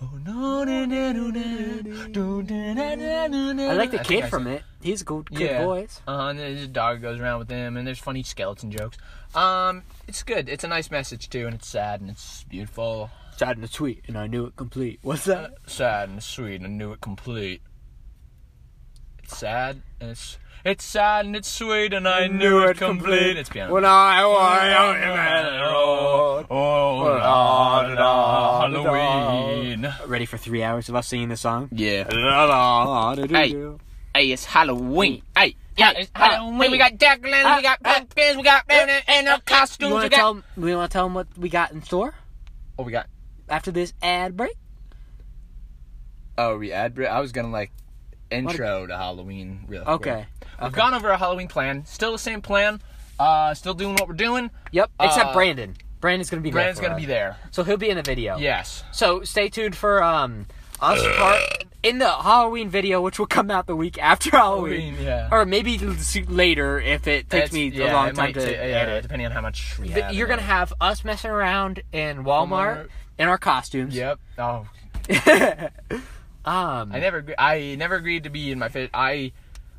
S1: Oh, no, na, na, na, na, do, na, na, na, na, na.
S2: I like the kid from it. He's a good good
S1: Yeah.
S2: voice.
S1: Uh huh. There's a dog goes around with him, and there's funny skeleton jokes. Um, it's good. It's a nice message too, and it's sad and it's beautiful.
S2: Sad in a tweet, and I knew it complete. What's that?
S1: Sad and sweet, and I knew it complete. It's sad and it's it's sad and it's sweet and I knew it complete. It's piano.
S2: When I was out in the road.
S1: Oh, la, la, la, Halloween.
S2: Ready for three hours of us singing this song?
S1: Yeah.
S2: La, la, do, do,
S1: Hey.
S2: do.
S1: Hey, it's Halloween. Hey. Yeah, it's
S2: Hey,
S1: Halloween. We got jack-o'-lanterns, we got
S2: Hey, hey.
S1: pumpkins, we got and our
S2: ah. You
S1: costumes.
S2: want
S1: We
S2: to
S1: got.
S2: tell? 'em- We want to tell them what we got in store
S1: Oh, we got.
S2: after this ad break.
S1: Oh, we ad break. I was gonna like intro to Halloween real quick.
S2: Okay.
S1: We've gone over our Halloween plan. Still the same plan. Uh, still doing what we're doing.
S2: Yep. Except
S1: Uh,
S2: Brandon. Brandon's gonna be. there
S1: Brandon's
S2: for
S1: gonna
S2: us.
S1: be there.
S2: So he'll be in the video.
S1: Yes.
S2: So stay tuned for um us part in the Halloween video, which will come out the week after Halloween,
S1: Halloween, yeah.
S2: or maybe l- s- later if it takes
S1: It's-
S2: me
S1: yeah,
S2: a long
S1: it
S2: time
S1: might
S2: to
S1: ta- yeah,
S2: edit.
S1: depending on how much we
S2: Th-
S1: have.
S2: You're gonna have us messing around in Walmart
S1: Walmart.
S2: in our costumes.
S1: Yep. Oh,
S2: Um.
S1: I never. agree- I never agreed to be in my fit. I,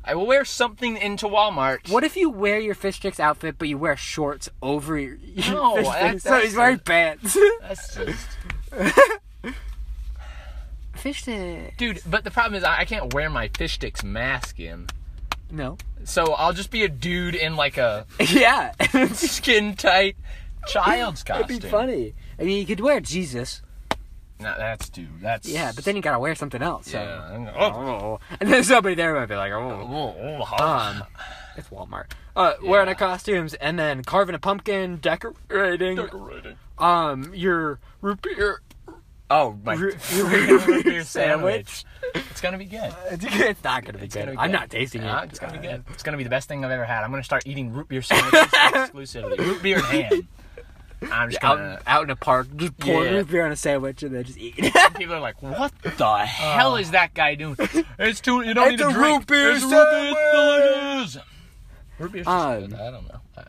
S1: I will wear something into Walmart.
S2: What if you wear your fish sticks outfit, but you wear shorts over your, your
S1: No,
S2: fish
S1: that-
S2: (laughs) sticks? So
S1: that's-
S2: he's wearing pants.
S1: That's just,
S2: (laughs) fish stick.
S1: dude. But the problem is, I, I can't wear my fish sticks mask in.
S2: No. (laughs)
S1: So I'll just be a dude in like a
S2: Yeah. It'd
S1: skin tight (laughs)
S2: (laughs)
S1: child's costume.
S2: be funny. I mean, you could wear Jesus.
S1: No, that's dude. That's
S2: Yeah, but then you gotta wear something else. So.
S1: yeah. I'm gonna- oh,
S2: Oh. (laughs) And then somebody there might be like, oh.
S1: oh,
S2: (laughs)
S1: oh, oh.
S2: Um, it's Walmart. Uh, wearing our costumes and then carving a pumpkin, decorating.
S1: Decorating.
S2: um, your root beer.
S1: Oh my! (laughs)
S2: Root-
S1: root beer
S2: root sandwich.
S1: sandwich. It's gonna be good.
S2: (laughs) It's not gonna be good.
S1: gonna be
S2: I'm
S1: good.
S2: not tasting
S1: Yeah,
S2: it. Uh,
S1: it's gonna be good. It's gonna be the best thing I've ever had. I'm gonna start eating root beer
S2: (laughs)
S1: sandwiches exclusively. Root beer and ham. I'm just
S2: out,
S1: gonna.
S2: out in a park, just pour
S1: Yeah.
S2: root beer on a sandwich and then just eat. (laughs)
S1: People are like, "What the hell is that guy doing?" It's too. You don't
S2: Oh. It's
S1: need
S2: a
S1: to drink.
S2: root beer
S1: it's root beer sandwich. Root beer's just
S2: Um,
S1: good. I don't know. I-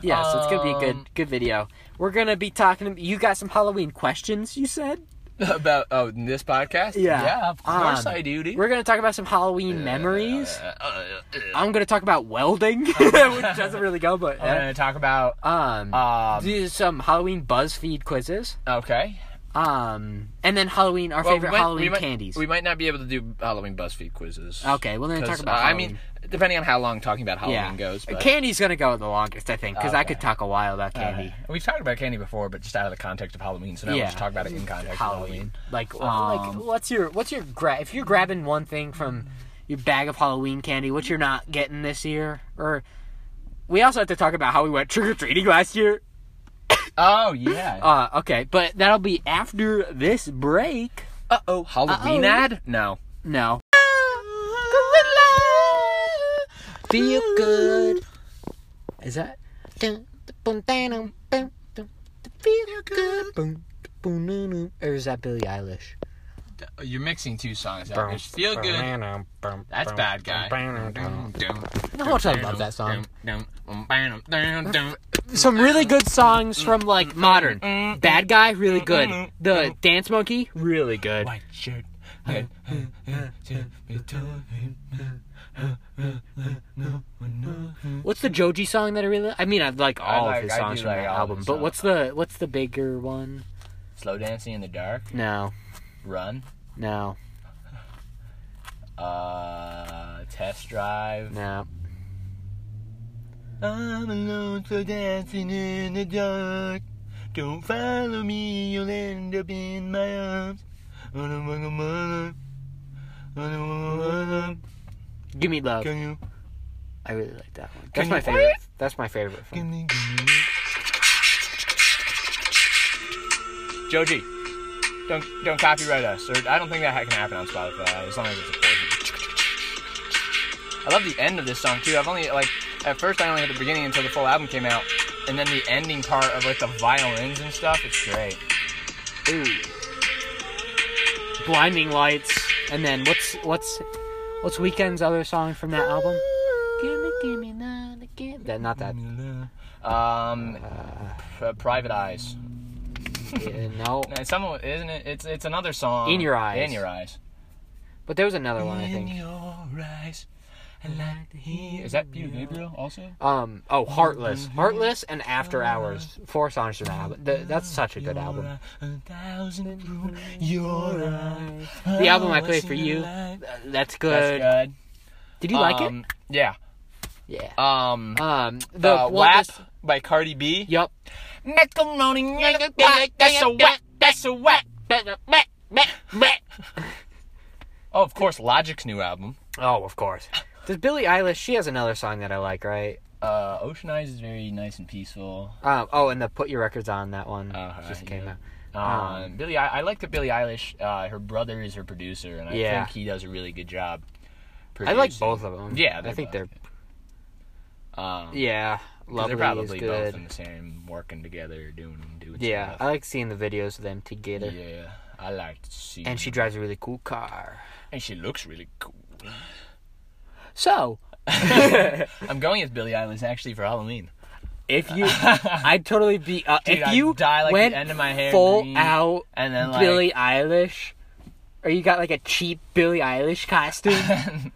S2: yeah, so it's gonna be a
S1: Um,
S2: good good video. We're gonna be talking. You got some Halloween questions? You said.
S1: (laughs) About oh, in this podcast?
S2: Yeah.
S1: Yeah, of course
S2: Um,
S1: I do, dude.
S2: We're gonna talk about some Halloween memories.
S1: Uh, uh, uh,
S2: I'm gonna talk about
S1: (laughs)
S2: welding, (laughs) which doesn't really go, but
S1: I'm gonna talk about
S2: um,
S1: um.
S2: do some Halloween BuzzFeed quizzes.
S1: Okay.
S2: Um, and then Halloween, our
S1: Well,
S2: favorite
S1: we might-
S2: Halloween
S1: we might-
S2: candies.
S1: We might not be able to do Halloween BuzzFeed quizzes.
S2: okay, well then talk
S1: 'Cause,
S2: about.
S1: uh, I
S2: Halloween.
S1: mean, depending on how long talking about Halloween
S2: yeah,
S1: goes. But,
S2: candy's gonna go the longest, I think, because I
S1: Okay.
S2: could talk a while about
S1: Uh,
S2: candy.
S1: we've talked about candy before, but just out of the context of Halloween. So now
S2: Yeah.
S1: we'll just talk about it in context
S2: Halloween. Like,
S1: Um,
S2: like, what's your what's your grab? If you're grabbing one thing from your bag of Halloween candy, what you're not getting this year, or we also have to talk about how we went trick or treating last year.
S1: of Halloween. Oh yeah.
S2: Uh, okay, but that'll be after this break.
S1: Uh oh, Halloween
S2: uh-oh.
S1: ad? No.
S2: No. Feel good. Is that? Feel good. Or is that Billie Eilish?
S1: You're mixing two songs. There's Feel good. That's bad guy.
S2: The whole time I love that song. Some really good songs from like modern. Bad guy, really good. The Dance Monkey, really good.
S1: White shirt.
S2: What's the Joji song that I really? I mean, I like all
S1: like-
S2: of his
S1: I
S2: songs
S1: do
S2: from
S1: like
S2: that
S1: all of
S2: album.
S1: his
S2: But
S1: songs.
S2: what's the what's the bigger one?
S1: Slow dancing in the dark.
S2: No,
S1: Run.
S2: no,
S1: Uh, test drive.
S2: no.
S1: I'm alone for dancing in the dark. Don't follow me, you'll end up in my arms. Oh, no, no, no, no, no, no, no, no,
S2: Give me love.
S1: Can you
S2: I really like that one.
S1: Can
S2: That's my
S1: you-
S2: favorite. That's my favorite.
S1: give
S2: From.
S1: me? Joji, don't don't copyright us. Or I don't think that can happen on Spotify as long as it's recorded. I love the end of this song too. I've only like at first I only had the beginning until the full album came out, and then the ending part of like the violins and stuff. It's great.
S2: Ooh. Blinding lights, and then what's what's what's Weekend's other song from that album? Gimme, gimme, none again. That, not that.
S1: Um, P- private eyes.
S2: yeah, no,
S1: No, It's someone, isn't it? It's it's another song.
S2: In Your Eyes.
S1: In your eyes.
S2: but there was another one I
S1: In
S2: think.
S1: your eyes. I like to hear. Is that Peter Gabriel also?
S2: Um, oh, Heartless, Heartless, and After Hours. Four songs from that album. Th- that's such a good album.
S1: A thousand through your eyes. Oh,
S2: The album I played for you, th- that's good.
S1: That's good.
S2: Did you like it?
S1: Um, Yeah.
S2: Yeah.
S1: Um,
S2: Um, uh, the
S1: the uh,
S2: one
S1: WAP
S2: that's-
S1: by Cardi B.
S2: Yep.
S1: Macaroni, that's a wet, that's a wet. (laughs) Oh, of course, Logic's new album.
S2: Oh, of course. Does Billie Eilish? She has another song that I like, right?
S1: Uh, Ocean Eyes is very nice and peaceful.
S2: Um, oh, and the Put Your Records On that one
S1: Uh-huh,
S2: just came
S1: yeah.
S2: out.
S1: Um,
S2: Um,
S1: Billy, I, I like that Billie Eilish. Uh, her brother is her producer, and I
S2: Yeah.
S1: think he does a really good job.
S2: I like
S1: producing.
S2: both of them.
S1: Yeah,
S2: I
S1: they're
S2: think
S1: both-
S2: they're
S1: Um,
S2: yeah,
S1: 'cause
S2: lovely
S1: they're
S2: is
S1: probably
S2: good.
S1: both in the same, working together, doing doing
S2: yeah, I
S1: stuff.
S2: like seeing the videos of them together.
S1: yeah. I like to see.
S2: And she drives a really cool car.
S1: and she looks really cool.
S2: So
S1: I'm going as Billie Eilish actually for Halloween.
S2: if
S1: (laughs)
S2: you, I'd totally be uh,
S1: Dude,
S2: if
S1: I'd
S2: you
S1: dye, like, the
S2: went
S1: end of my hair
S2: full
S1: green,
S2: out
S1: and then, like-
S2: Billie Eilish, or you got like a cheap Billie
S1: (laughs)
S2: Eilish costume.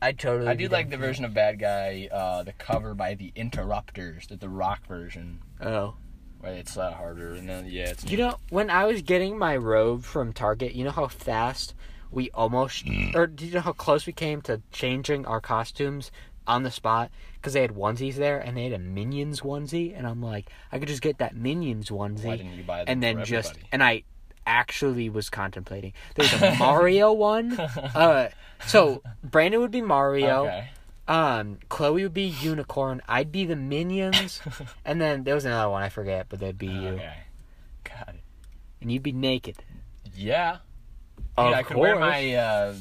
S2: I totally.
S1: I
S2: be
S1: do
S2: down
S1: like the version of Bad Guy, uh, the cover by the Interrupters, the, the rock version,
S2: for- Oh.
S1: where it's uh, harder. And then yeah, it's
S2: You know, when I was getting my robe from Target, you know how fast we almost,
S1: Mm.
S2: or do you know how close we came to changing our costumes on the spot? Because they had onesies there, and they had a Minions onesie, and I'm like, I could just get that Minions onesie,
S1: Why didn't you buy them
S2: and then
S1: for
S2: just,
S1: everybody?
S2: and I actually was contemplating. There's
S1: (laughs)
S2: a Mario one. Uh, so Brandon would be Mario.
S1: okay.
S2: Um, Chloe would be Unicorn. I'd be the Minions,
S1: (laughs)
S2: and then there was another one I forget, but that'd be you,
S1: Okay, God,
S2: and you'd be naked.
S1: yeah.
S2: Of
S1: Dude, I could wear
S2: course.
S1: my uh,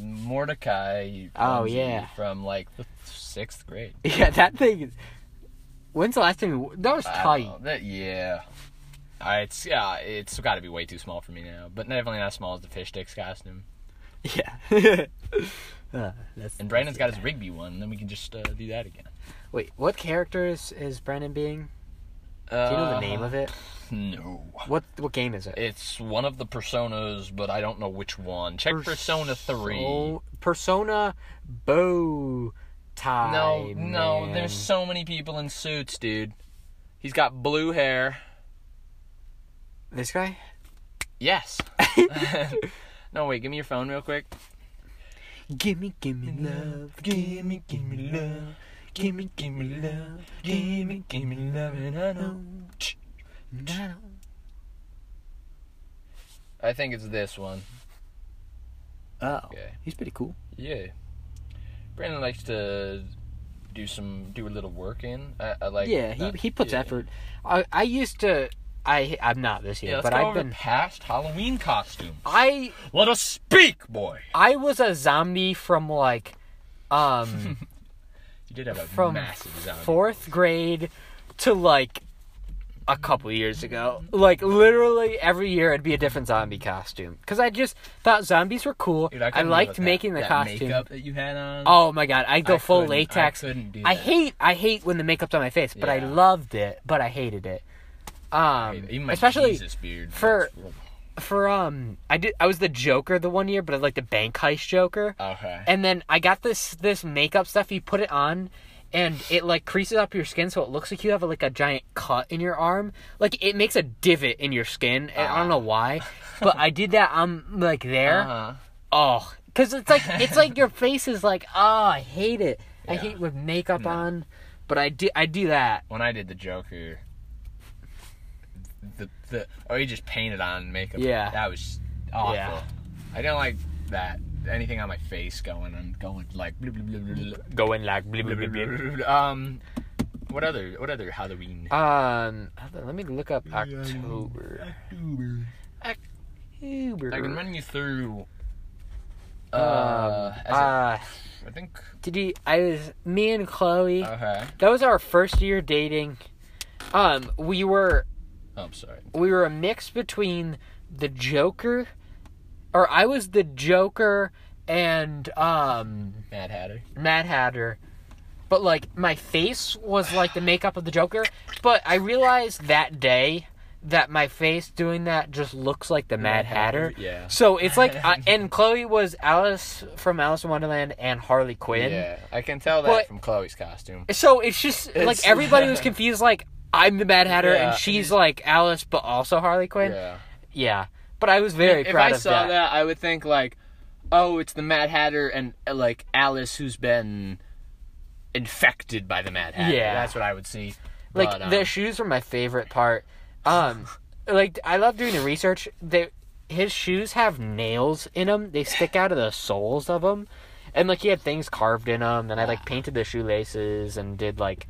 S1: Mordecai.
S2: Oh,
S1: onesie
S2: yeah.
S1: from like the sixth grade.
S2: (laughs) Yeah, that thing. Is... When's the last time? You... That was
S1: I
S2: tight.
S1: don't know. That yeah. I, it's yeah, it's got to be way too small for me now, but definitely not as small as the fish sticks costume.
S2: Yeah. (laughs) Uh, that's-
S1: And Brandon's got his Rigby one, then we can just uh, do that again.
S2: Wait, what character is, is Brandon being? Do you know the name of it?
S1: Uh, No.
S2: What what game is it?
S1: It's one of the personas, but I don't know which one. Check Persona 3.
S2: Perso- Oh, Persona Bow Tie.
S1: no, no,
S2: man.
S1: there's so many people in suits, dude. He's got blue hair.
S2: this guy. (laughs)
S1: Yes. (laughs) no, wait, give me your phone real quick.
S2: Gimme, gimme love.
S1: Gimme, gimme love. Gimme, gimme love. Gimme, gimme love. And I know.
S2: No.
S1: I think it's this one.
S2: Oh,
S1: Okay.
S2: he's pretty cool.
S1: Yeah. Brandon likes to do some, do a little work in. I, I like
S2: yeah, he
S1: that-
S2: he puts
S1: yeah.
S2: effort. I I used to. I I'm not this year,
S1: Yeah, let's
S2: but
S1: go
S2: I've
S1: over
S2: been.
S1: past Halloween costume.
S2: I
S1: Let us speak, boy.
S2: I was a zombie from like
S1: (laughs)
S2: um
S1: You did have a
S2: from
S1: massive zombie.
S2: fourth grade to like a couple years ago. Like literally every year it'd be a different zombie costume cuz I just thought zombies were cool.
S1: Dude,
S2: I,
S1: couldn't deal with
S2: liked
S1: that-
S2: making the
S1: that
S2: costume.
S1: makeup that you had on.
S2: Oh my god, I go
S1: I
S2: full
S1: couldn't- I
S2: latex.
S1: couldn't do
S2: I
S1: that.
S2: hate I hate when the makeup's on my face, but I
S1: Yeah.
S2: loved it, but I hated it. Um
S1: even my
S2: especially
S1: Jesus beard.
S2: for-
S1: that's-
S2: for um I did I was the Joker the one year, but I like the bank heist Joker.
S1: okay.
S2: And then I got this this makeup stuff. You put it on, and it like creases up your skin, so it looks like you have like a giant cut in your arm. Like it makes a divot in your skin. And I don't know why, but I did that. I'm like there.
S1: uh-huh.
S2: Oh, because it's like it's like your face is like oh I hate it. I
S1: Yeah.
S2: hate with makeup on, but I do I do that.
S1: When I did the Joker, the the oh he just painted on makeup.
S2: Yeah.
S1: that was awful.
S2: Yeah.
S1: I don't like that. Anything on my face going and going like. Blah, blah, blah, blah,
S2: Going like blah,
S1: blah, blah, blah, blah, blah. Um, what other what other Halloween?
S2: Um, hold on, let me look up October. October.
S1: I can run you through. Uh,
S2: Um,
S1: as a-
S2: uh,
S1: I think.
S2: did you? I was me and Chloe.
S1: Okay.
S2: that was our first year dating. Um, we were
S1: Oh, I'm sorry.
S2: we were a mix between the Joker, or I was the Joker and um
S1: Mad Hatter.
S2: Mad Hatter, but like my face was like the makeup of the Joker. But I realized that day that my face doing that just looks like the Mad Hatter.
S1: Yeah.
S2: So it's (laughs) like, I, and Chloe was Alice from Alice in Wonderland and Harley Quinn.
S1: yeah, I can tell that
S2: But-
S1: from Chloe's costume.
S2: So it's just like
S1: It's- (laughs)
S2: everybody was confused. Like I'm the Mad Hatter
S1: Yeah.
S2: and she's like Alice, but also Harley Quinn. Yeah.
S1: Yeah.
S2: But I was very
S1: if
S2: proud
S1: I
S2: of
S1: saw that.
S2: that.
S1: I would think like, oh, it's the Mad Hatter and uh, like Alice who's been infected by the Mad Hatter.
S2: Yeah.
S1: that's what I would see.
S2: Like
S1: But, um,
S2: the shoes were my favorite part. Um, like I love doing the research. They his shoes have nails in them. They stick out of the soles of them, and like he had things carved in them. And I like painted the shoelaces and did like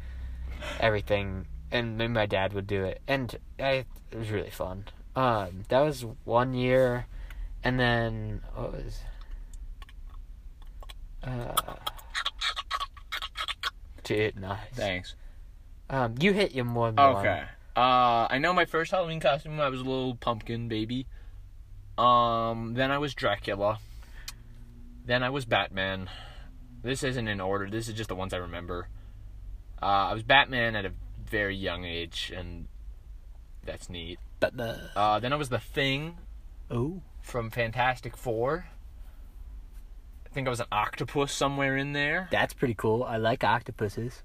S2: everything. And then my dad would do it, and I, it was really fun. Um, that was one year, and then what was? Uh, dude, nice.
S1: thanks.
S2: Um, you hit your more. than one.
S1: Okay. Uh, I know my first Halloween costume. I was a little pumpkin baby. Um, then I was Dracula. Then I was Batman. This isn't in order. This is just the ones I remember. Uh, I was Batman at a very young age, and that's neat.
S2: But the
S1: Uh, then I was the Thing
S2: oh,
S1: from Fantastic Four. I think I was an octopus somewhere in there.
S2: that's pretty cool. I like octopuses.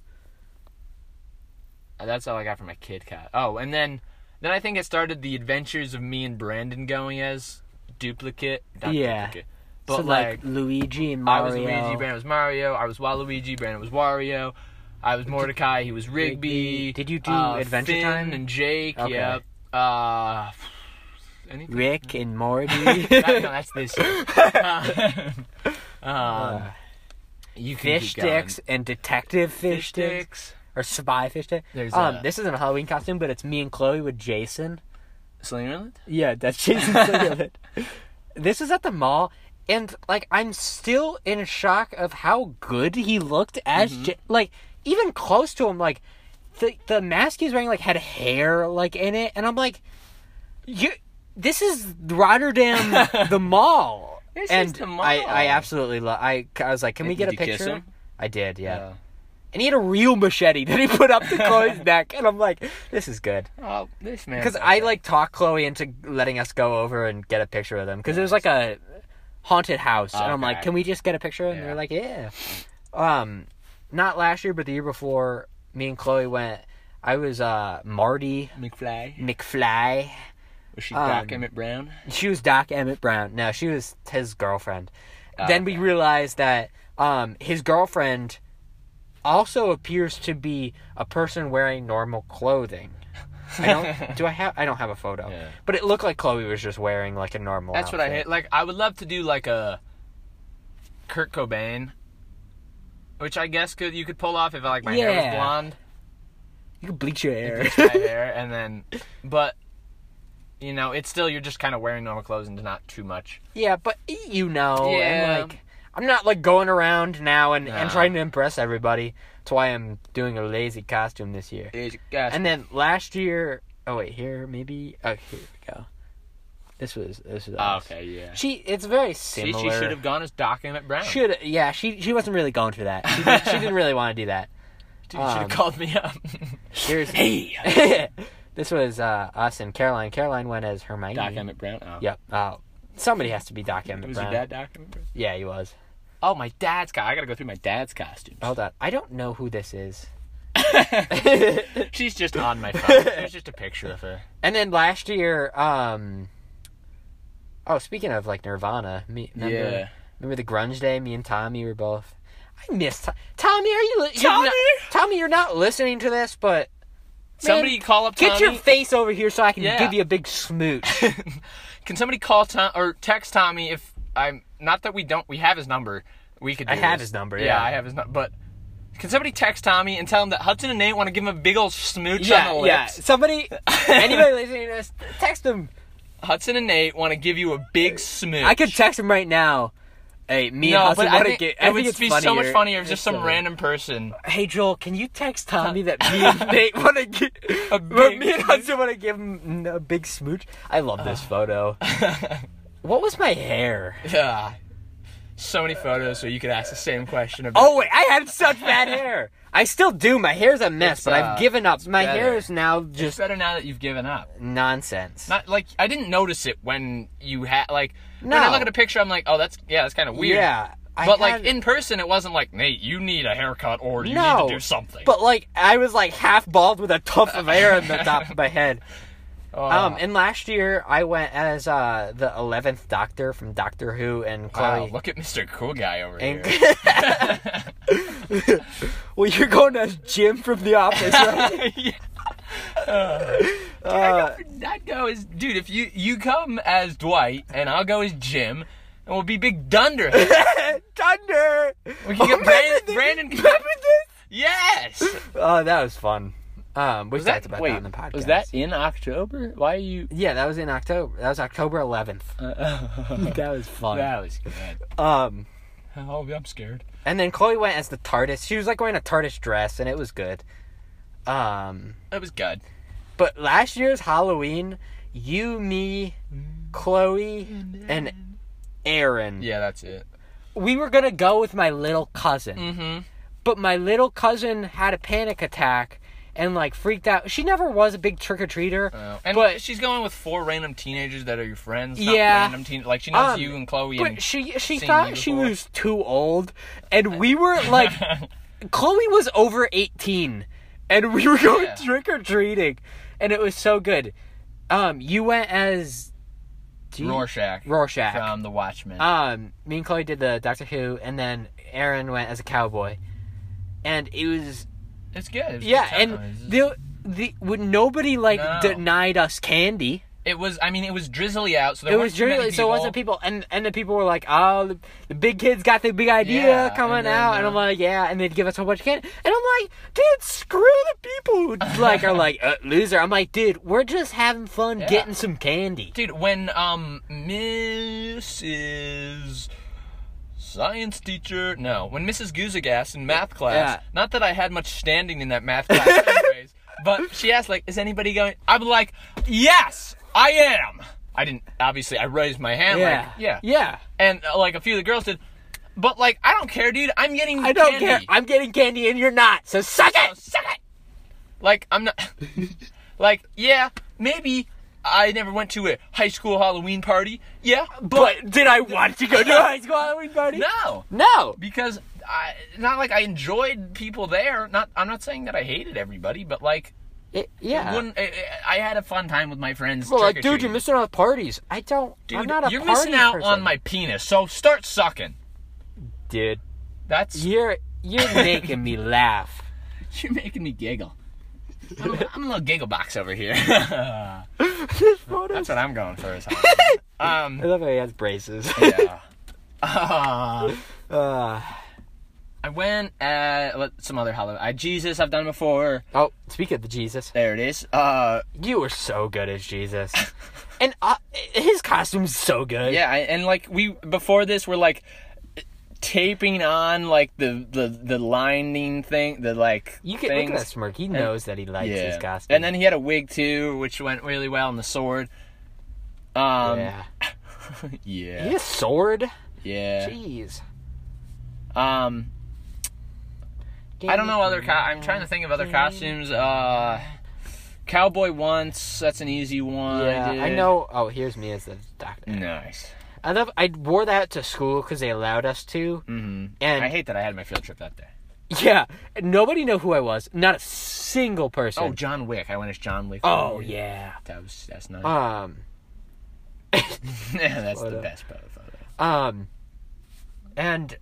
S1: Uh, That's all I got for my Kid Kat. Oh, and then then I think it started the adventures of me and Brandon going as duplicate. Not
S2: Yeah.
S1: duplicate. But
S2: so
S1: like,
S2: like, Luigi and
S1: I
S2: Mario.
S1: was Luigi, Brandon was Mario. I was Waluigi, Brandon was Wario. I was Mordecai, he was Rigby.
S2: Rigby. Did you do
S1: uh,
S2: Adventure
S1: Finn
S2: Time?
S1: and Jake?
S2: Okay.
S1: Yep. Uh, (sighs) anything? (laughs)
S2: Rick and Morty.
S1: That- no,
S2: (laughs)
S1: that's this. year. Uh, (laughs) um, you can
S2: fish
S1: keep going.
S2: sticks and Detective Fish,
S1: Fish
S2: sticks.
S1: sticks.
S2: or Spy Fish Stick.
S1: There's
S2: um,
S1: a-
S2: this isn't a Halloween costume, but it's me and Chloe with Jason.
S1: Sling Island? (laughs)
S2: Yeah, that's Jason Sudeikis. This is at the mall, and like I'm still in shock of how good he looked as
S1: Mm-hmm.
S2: Ja- like even close to him. Like the the mask he's wearing like had hair like in it, and I'm like, you. This is
S1: (laughs)
S2: Rotterdam, the mall.
S1: This is
S2: and
S1: the
S2: I,
S1: mall.
S2: I absolutely love. I, I was like, can we
S1: Did
S2: get a
S1: you kiss
S2: picture?
S1: him? Uh,
S2: I did, yeah.
S1: Yeah.
S2: And he had a real machete that he put up
S1: (laughs)
S2: to Chloe's neck, and I'm like, this is good.
S1: Oh, this man.
S2: Because I like talked Chloe into letting us go over and get a picture of them. Because it was like a haunted house, and I'm like,
S1: Okay.
S2: can we just get a picture? And
S1: Yeah.
S2: they're like, yeah. Um, not last year, but the year before, me and Chloe went. I was uh Marty
S1: McFly.
S2: McFly.
S1: Was she
S2: Um,
S1: Doc Emmett Brown?
S2: She was Doc Emmett Brown. No, she was his girlfriend.
S1: Oh,
S2: then we realized that um his girlfriend also appears to be a person wearing normal clothing.
S1: (laughs)
S2: I don't. do I have? I don't have a photo.
S1: Yeah.
S2: But it looked like Chloe was just wearing like a normal.
S1: That's what I
S2: outfit.
S1: hate. Like, I would love to do like a Kurt Cobain, which I guess could you could pull off if like my hair was
S2: Yeah. (laughs)
S1: blonde,
S2: You could bleach your hair. (laughs)
S1: my hair, and then, but you know, it's still you're just kind of wearing normal clothes and not too much.
S2: yeah, but you know,
S1: Yeah.
S2: and like I'm not like going around now and, and
S1: Nah.
S2: trying to impress everybody. That's why I'm doing a lazy costume this year.
S1: And
S2: And then last year, oh wait, here maybe. Oh, here we go. This was this was. us.
S1: Ah, okay, yeah.
S2: She it's very
S1: See,
S2: similar.
S1: she should have gone as Doc Emmett Brown. She
S2: Should yeah, she she wasn't really going for that. She, did, she didn't really want to do that.
S1: should have
S2: um,
S1: called me up.
S2: Here's
S1: (laughs) hey,
S2: (laughs) this was uh, us and Caroline. Caroline went as Hermione.
S1: Doc Emmett Brown. Oh.
S2: Yep. Uh, somebody has to be Doc Emmett
S1: Was
S2: Brown.
S1: your dad Doc Emmett Brown?
S2: Yeah, he was.
S1: Oh, my dad's got. I gotta go through my dad's costumes.
S2: Hold on, I don't know who this is.
S1: (laughs) She's just on my phone. There's just a picture of her.
S2: And then last year, um, oh, speaking of like Nirvana, me remember,
S1: Yeah.
S2: remember the grunge day? Me and Tommy were both. I miss Tom- Tommy. Are you li- you're
S1: Tommy?
S2: Not, Tommy, you're not listening to this, but
S1: Somebody call up Tommy.
S2: get your face over here so I can
S1: Yeah.
S2: give you a big smooch.
S1: (laughs) Can somebody call Tom or text Tommy if I'm not that we don't we have his number. We could. Do
S2: (laughs) I have
S1: this.
S2: his number,
S1: Yeah,
S2: yeah.
S1: I have his number. But can somebody text Tommy and tell him that Hudson and Nate want to give him a big old smooch on the lips?
S2: (laughs) Somebody, anybody listening to this, text him.
S1: Hudson and Nate want to give you a big smooch.
S2: I could text him right now. Hey, me
S1: No,
S2: and
S1: but
S2: Hudson
S1: I
S2: want to
S1: think,
S2: get.
S1: it would
S2: it's
S1: be so much funnier if just some random
S2: (laughs)
S1: person.
S2: Hey Joel, can you text Tommy that
S1: (laughs)
S2: me and Nate want to get
S1: Uh,
S2: (laughs)
S1: A
S2: but
S1: big
S2: me and Hudson want to give him a big smooch? I love this
S1: Uh. (laughs)
S2: photo. what was my hair?
S1: Yeah. So many photos, so you could ask the same question. About
S2: Oh wait, I had
S1: (laughs)
S2: such bad hair. I still do. My hair's a mess,
S1: It's,
S2: but
S1: uh,
S2: I've given up. My
S1: better.
S2: hair is now
S1: It's
S2: just
S1: better now that you've given up.
S2: nonsense.
S1: Not like I didn't notice it when you had like when I
S2: No.
S1: look at a picture, I'm like, oh, that's yeah, that's kind of weird.
S2: Yeah, I
S1: but like
S2: had-
S1: in person, it wasn't like Nate, you need a haircut or you need to do something. (laughs)
S2: But like I was like half bald with a tuft of hair on the top of my head.
S1: Oh.
S2: Um, and last year I went as uh, the eleventh Doctor from Doctor Who and
S1: wow,
S2: Chloe.
S1: look at Mr. Cool Guy over
S2: and-
S1: here.
S2: (laughs)
S1: (laughs)
S2: well, you're going as Jim from The
S1: (laughs)
S2: Office, right?
S1: Yeah.
S2: Uh,
S1: I'd go as dude. If you you come as Dwight and I'll go as Jim, and we'll be big dunderheads.
S2: (laughs) Thunder.
S1: We can get
S2: Remember
S1: Brandon.
S2: this?
S1: Brandon can-
S2: Remember this?
S1: yes.
S2: Oh, that was fun. Um, we talked about
S1: wait,
S2: that on the podcast.
S1: Was that in October? Why are you?
S2: Yeah, that was in October. That was October 11th.
S1: (laughs)
S2: (laughs)
S1: Uh,
S2: That was fun.
S1: that was good.
S2: Um,
S1: Oh, I'm scared.
S2: and then Chloe went as the TARDIS. She was like wearing a TARDIS dress, and it was good. Um,
S1: That was good.
S2: but last year's Halloween, you, me,
S1: Mm.
S2: Chloe, and Aaron.
S1: Yeah, that's it.
S2: We were gonna go with my little cousin.
S1: Mm-hmm.
S2: but my little cousin had a panic attack and like freaked out. She never was a big trick or treater.
S1: Oh, and
S2: But-
S1: she's going with four random teenagers that are your friends. Not
S2: Yeah.
S1: Random teen. Like she knows
S2: Um,
S1: you and Chloe.
S2: But
S1: and,
S2: she she
S1: seen you
S2: thought she
S1: before.
S2: was too old, and
S1: (laughs)
S2: we were like, Chloe was over eighteen, and we were going
S1: Yeah.
S2: trick or treating, and it was so good. Um, you went as do you-
S1: Rorschach.
S2: Rorschach.
S1: From The Watchmen.
S2: Um, me and Chloe did the Doctor Who, and then Aaron went as a cowboy, and it was
S1: it's good. It was
S2: Yeah,
S1: good
S2: and
S1: times.
S2: the the when nobody like
S1: No.
S2: denied us candy.
S1: it was. I mean, it was drizzly out, so there
S2: it was
S1: weren't too many
S2: really so it wasn't people and and the people were like, oh, the, the big kids got the big idea
S1: Yeah,
S2: coming
S1: and then,
S2: out, and
S1: uh,
S2: I'm like, yeah, and they'd give us a bunch of candy, and I'm like, dude, screw the
S1: (laughs)
S2: people who like are like uh, loser. I'm like, dude, we're just having fun
S1: Yeah.
S2: getting some candy.
S1: Dude, when um Mrs. Science teacher, no, when Mrs. Guzagas in math class.
S2: Yeah.
S1: Not that I had much standing in that math
S2: (laughs)
S1: class, anyways. but she asked, like, "Is anybody going?" I'm like, "Yes, I am." I didn't obviously. I raised my hand,
S2: Yeah,
S1: like, yeah,
S2: yeah.
S1: And uh, like a few of the girls did, but like, I don't care, dude. I'm getting.
S2: I don't
S1: candy.
S2: care. I'm getting candy, and you're not. So suck
S1: Oh,
S2: it.
S1: suck it. Like I'm not. (laughs) like yeah, maybe I never went to a high school Halloween party. Yeah, but,
S2: But did I want to
S1: (laughs)
S2: go to a high school Halloween party?
S1: no,
S2: No.
S1: because I not like I enjoyed people there. Not I'm not saying that I hated everybody, but like
S2: It- yeah.
S1: wouldn't I, I had a fun time with my friends.
S2: Well, like, dude,
S1: trick-or-treating.
S2: you're missing out on parties. I don't.
S1: Dude,
S2: I'm not a
S1: you're
S2: party
S1: missing out
S2: person.
S1: on my penis. So start sucking.
S2: dude.
S1: That's
S2: You're you're making me laugh.
S1: (laughs) you're making me giggle. I'm, a- I'm a little giggle box over here.
S2: (laughs)
S1: (laughs)
S2: this photo.
S1: That's what I'm going for. is- um.
S2: (laughs) I love how he has braces.
S1: (laughs) Yeah. Ah.
S2: uh,
S1: I went at what, some other Halloween. I Jesus, I've done before.
S2: oh, speak of the Jesus,
S1: There it is. Uh,
S2: you were so good as
S1: (laughs)
S2: Jesus, and uh, his costume's so good.
S1: yeah, I, and like we before this, we're like taping on like the the the lining thing, the like
S2: you can
S1: things.
S2: look at that smirk. He knows that he likes his
S1: yeah,
S2: costume.
S1: and then he had a wig too, which went really well, and the sword. Um,
S2: yeah, he
S1: yeah,
S2: has a sword.
S1: yeah.
S2: Jeez.
S1: Um, I don't know other. Co- I'm trying to think of other costumes. Uh, cowboy once. That's an easy one.
S2: Yeah, I
S1: did.
S2: know. Oh, here's me as the doctor.
S1: Mm. Nice.
S2: I love. I wore that to school because they allowed us to,
S1: Mm-hmm.
S2: and
S1: I hate that I had my field trip that day.
S2: Yeah, nobody knew who I was. Not a single person.
S1: Oh, John Wick. I went as John Wick.
S2: Oh, yeah.
S1: That was that's not.
S2: Um,
S1: yeah, (laughs) that's the
S2: photo.
S1: best photo. photo.
S2: um, and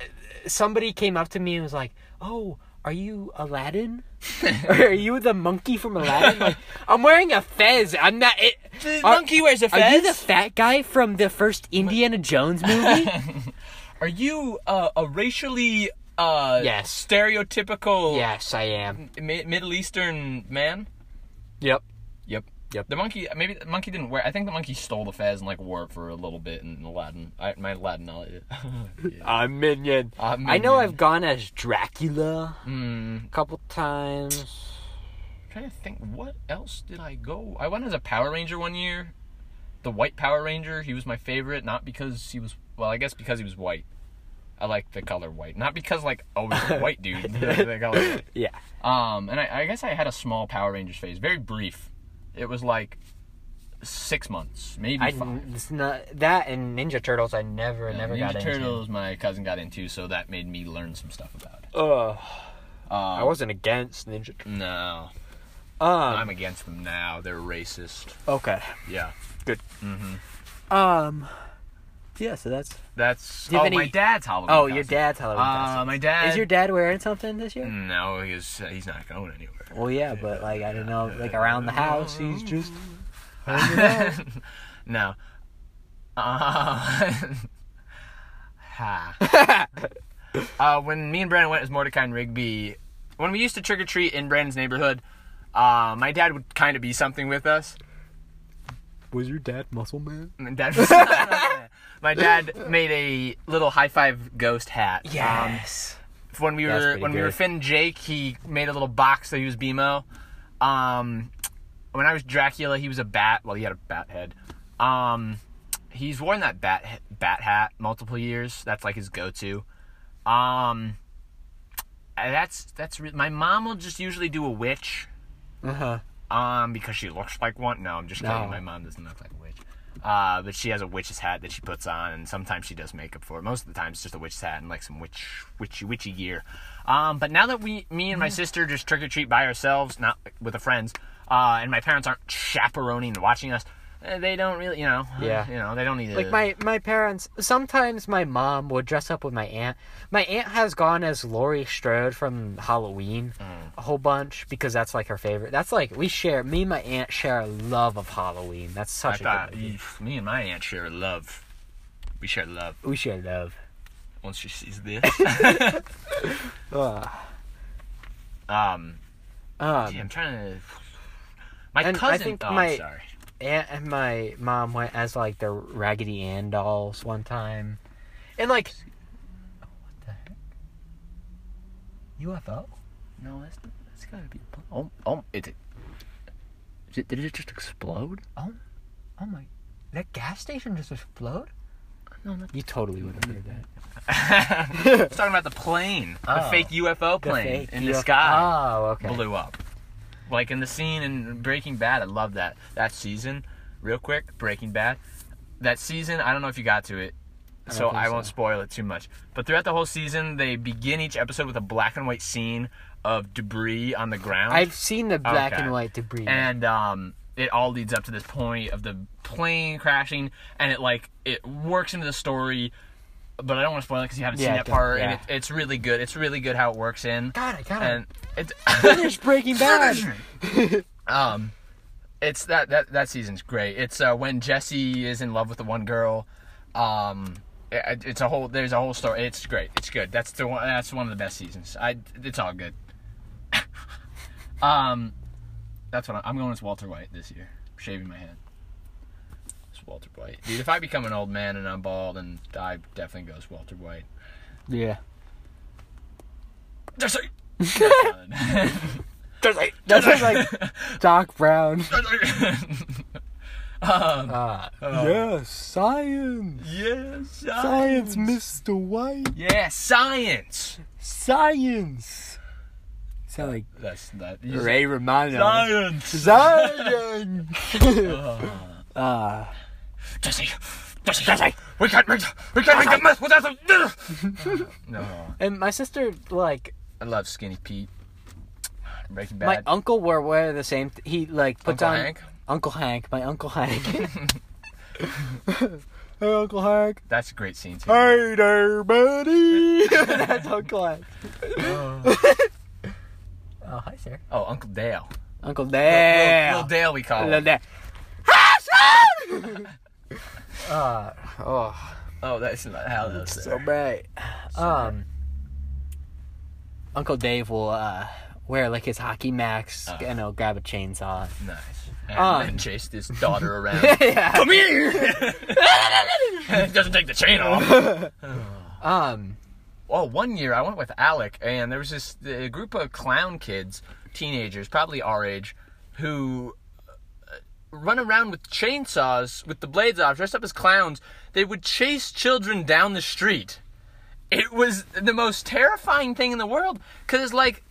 S2: uh, somebody came up to me and was like, "Oh, are you (laughs) Aladdin? Or are you the monkey from Aladdin?" Like, I'm wearing a fez. I'm not. It,
S1: The
S2: Are-
S1: monkey wears a
S2: are
S1: fez.
S2: you the fat guy from the first Indiana Jones movie?
S1: Are you uh, a racially uh,
S2: Yes.
S1: stereotypical
S2: (laughs) yes, I am.
S1: mi- Middle Eastern man?
S2: Yep.
S1: Yep.
S2: Yep.
S1: The monkey, maybe the monkey didn't wear. I think the monkey stole the fez and like wore it for a little bit in Aladdin. I, my Aladdin knowledge. (laughs) yeah.
S2: I'm minion.
S1: I'm
S2: I know
S1: Minion.
S2: I've gone as Dracula
S1: Mm,
S2: a couple times.
S1: trying to think, what else did I go? I went as a Power Ranger one year. The White Power Ranger. He was my favorite, not because he was. Well, I guess because he was white. I like the color white, not because like oh, he's a
S2: (laughs)
S1: white dude. (laughs) the color white.
S2: Yeah.
S1: Um, and I, I guess I had a small Power Rangers phase, very brief. It was like six months, maybe
S2: I
S1: five. Uh,
S2: it's not that and Ninja Turtles. I never, never
S1: Ninja
S2: got
S1: Turtles, my cousin got into, so that made me learn some stuff about it.
S2: into. Ugh.
S1: Um,
S2: I wasn't against Ninja. Turtles.
S1: No.
S2: Um,
S1: I'm against them now. They're racist.
S2: okay.
S1: Yeah.
S2: Good. Um. Yeah. So that's.
S1: That's
S2: Do you
S1: oh,
S2: have any-
S1: my dad's Halloween.
S2: Oh, your
S1: costume.
S2: dad's Halloween
S1: Uh, Mm.
S2: costume.
S1: my dad.
S2: Is your dad wearing something this year?
S1: No, he's he's not going anywhere.
S2: Well, yeah, but like I don't know, like around the house, he's just. um,
S1: (laughs) no. Uh, (laughs) ha.
S2: (laughs)
S1: uh, when me and Brandon went as Mordecai and Rigby, when we used to trick or treat in Brandon's neighborhood, uh, my dad would kind of be something with us.
S2: Was your dad muscle man?
S1: (laughs) My dad, was- my dad
S2: (laughs)
S1: made a little high five ghost hat. Um,
S2: Yes.
S1: when we
S2: That's
S1: were
S2: pretty
S1: when we were
S2: good.
S1: Finn and Jake, he made a little box that he was BMO. Um, when I was Dracula, he was a bat. Well, he had a bat head. Um, he's worn that bat bat hat multiple years. That's like his go-to. Um, and that's that's re- my mom will just usually do a witch.
S2: Uh huh.
S1: Um, because she looks like one. No, I'm just kidding.
S2: No.
S1: My mom doesn't look like a witch. Uh, but she has a witch's hat that she puts on, and sometimes she does makeup for it. Most of the time, it's just a witch's hat and like some witch, witchy, witchy gear. Um, but now that we, me and
S2: Mm.
S1: my sister, just trick or treat by ourselves, not with the friends, uh, and my parents aren't chaperoning and watching us, eh, they don't really, you know,
S2: Yeah.
S1: you know, they don't need to-
S2: Like my my parents. Sometimes my mom would dress up with my aunt. My aunt has gone as Laurie Strode from Halloween a whole bunch because that's like her favorite. That's like we share. Me and my aunt share a love of Halloween. That's
S1: I
S2: such a
S1: thought
S2: good. movie.
S1: "Eef, me and my aunt share love. We share love.
S2: We share love.
S1: Once she sees (laughs) this,
S2: Ugh.
S1: um,
S2: Um,
S1: gee, I'm trying to. My
S2: And I
S1: cousin.
S2: think
S1: oh, I'm
S2: my-
S1: sorry.
S2: aunt and my mom went as like the Raggedy Ann dolls one time, and like, oh, what the heck? UFO?
S1: No, that's that's gotta be. Oh, oh, it. Did, did it just explode?
S2: Oh my! That gas station just exploded.
S1: No, not.
S2: You totally would have heard that.
S1: (laughs) I was talking about the plane, the
S2: Oh.
S1: fake UFO
S2: The
S1: plane
S2: fake
S1: in the
S2: UFO
S1: sky
S2: Oh, okay.
S1: blew up. Like in the scene in Breaking Bad, I love that that season. Real quick, Breaking Bad, that season. I don't know if you got to it,
S2: don't
S1: so
S2: think
S1: I won't
S2: so.
S1: spoil it too much. But throughout the whole season, they begin each episode with a black and white scene of debris on the ground.
S2: I've seen the black
S1: Okay.
S2: and white debris.
S1: and um, it all leads up to this point of the plane crashing, and it like it works into the story, but I don't want to spoil it because you haven't
S2: Yeah,
S1: seen that
S2: don't-
S1: part, and
S2: yeah.
S1: it, it's really good. It's really good how it works in,
S2: God, I gotta
S1: and it's (laughs)
S2: finish Breaking Bad.
S1: um, it's that that that season's great. It's uh, when Jesse is in love with the one girl, um. it- It's a whole. There's a whole story. It's great. It's good. That's the one. That's one of the best seasons. I. It's all good. (laughs) um, that's what I, I'm going as Walter White this year. Shaving my head. It's Walter White, dude. If I become an old man and I'm bald, and I definitely goes Walter White.
S2: yeah. (laughs)
S1: Jesse. (laughs)
S2: Jesse. That's
S1: (laughs)
S2: just like Doc Brown.
S1: um,
S2: Uh,
S1: Oh.
S2: yeah, science.
S1: yeah, science.
S2: Mr. White.
S1: Yeah, science.
S2: Science. Sound like
S1: That's that. you-
S2: Ray Romano.
S1: Science.
S2: Science.
S1: (laughs)
S2: (laughs) uh,
S1: Jesse, Jesse, Jesse. We can't make we can't make a mess without some. (laughs) no,
S2: and my sister, like
S1: I love Skinny Pete. Breaking
S2: my
S1: Bad.
S2: uncle, were wear the same. Th- he like puts
S1: Uncle
S2: on
S1: Hank?
S2: Uncle Hank. My
S1: (laughs)
S2: Uncle Hank. (laughs) hey, Uncle Hank.
S1: That's a great scene too.
S2: Hey there, buddy. (laughs) That's Uncle Hank. oh, hi, sir.
S1: (laughs) Oh, Uncle Dale.
S2: Uncle
S1: Little,
S2: Dale.
S1: little Dale, we call
S2: Little
S1: him.
S2: Dale.
S1: (laughs)
S2: uh, (sighs) oh,
S1: Oh, that's not how that's
S2: so bad. Um, Uncle Dave will uh, wear like his hockey max
S1: Uh.
S2: and he'll grab a chainsaw. (laughs)
S1: nice. And
S2: Um.
S1: then chase this daughter around.
S2: (laughs)
S1: (laughs)
S2: yeah.
S1: Come here. Doesn't take the chain off.
S2: Um,
S1: Oh, one year I went with Alec, and there was this uh, group of clown kids, teenagers, probably our age, who uh, run around with chainsaws with the blades off, dressed up as clowns. They would chase children down the street. It was the most terrifying thing in the world because it's like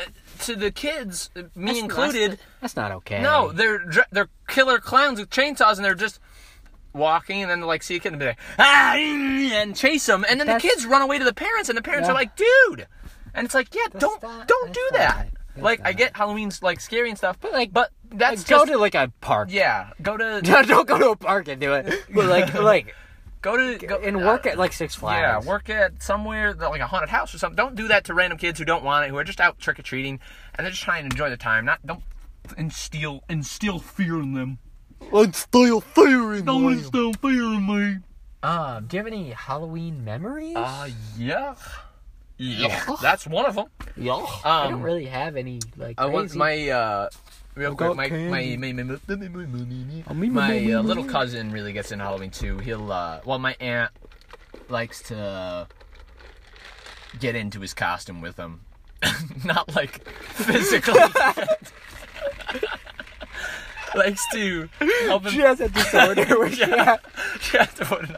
S1: uh, to the kids, uh, me included.
S2: That's not okay.
S1: No, they're dr- they're killer clowns with chainsaws, and they're just walking, and then they like see a kid and be like, ah, and chase them, and then
S2: That's-
S1: the kids run away to the parents, and the parents
S2: Yeah.
S1: are like, dude, and it's like, yeah, don't
S2: not-
S1: don't
S2: that's
S1: do
S2: not
S1: that.
S2: right.
S1: Like I get Halloween's like scary and stuff, but
S2: But, like,
S1: like, but that's
S2: go
S1: just
S2: to like a park.
S1: yeah. Go to
S2: (laughs) No, don't go to a park and do it. But
S1: (laughs)
S2: like, like,
S1: go
S2: (laughs)
S1: to go
S2: and work at like Six
S1: Yeah,
S2: Flags.
S1: work at somewhere that- like a haunted house or something. Don't do that to random kids who don't want it, who are just out trick or treating, and they're just trying to enjoy the time. Not don't instill instill fear in them.
S2: And steal fire in
S1: Don't instill fear in me.
S2: Um, do you have any Halloween memories?
S1: Uh, yeah. Yeah,
S2: Yeah.
S1: that's one of them.
S2: yeah. I don't
S1: um,
S2: really have any like.
S1: I want
S2: crazy-
S1: my uh, real
S2: got
S1: quick, my my
S2: candy.
S1: my my, my,
S2: Oh, me, me, me,
S1: uh,
S2: me,
S1: little
S2: me.
S1: cousin really gets into Halloween too. He'll uh, well, my aunt likes to get into his costume with him, (laughs) not like
S2: (laughs)
S1: physically. likes to help him.
S2: She has a disorder. where she has-
S1: (laughs) She has to put it on.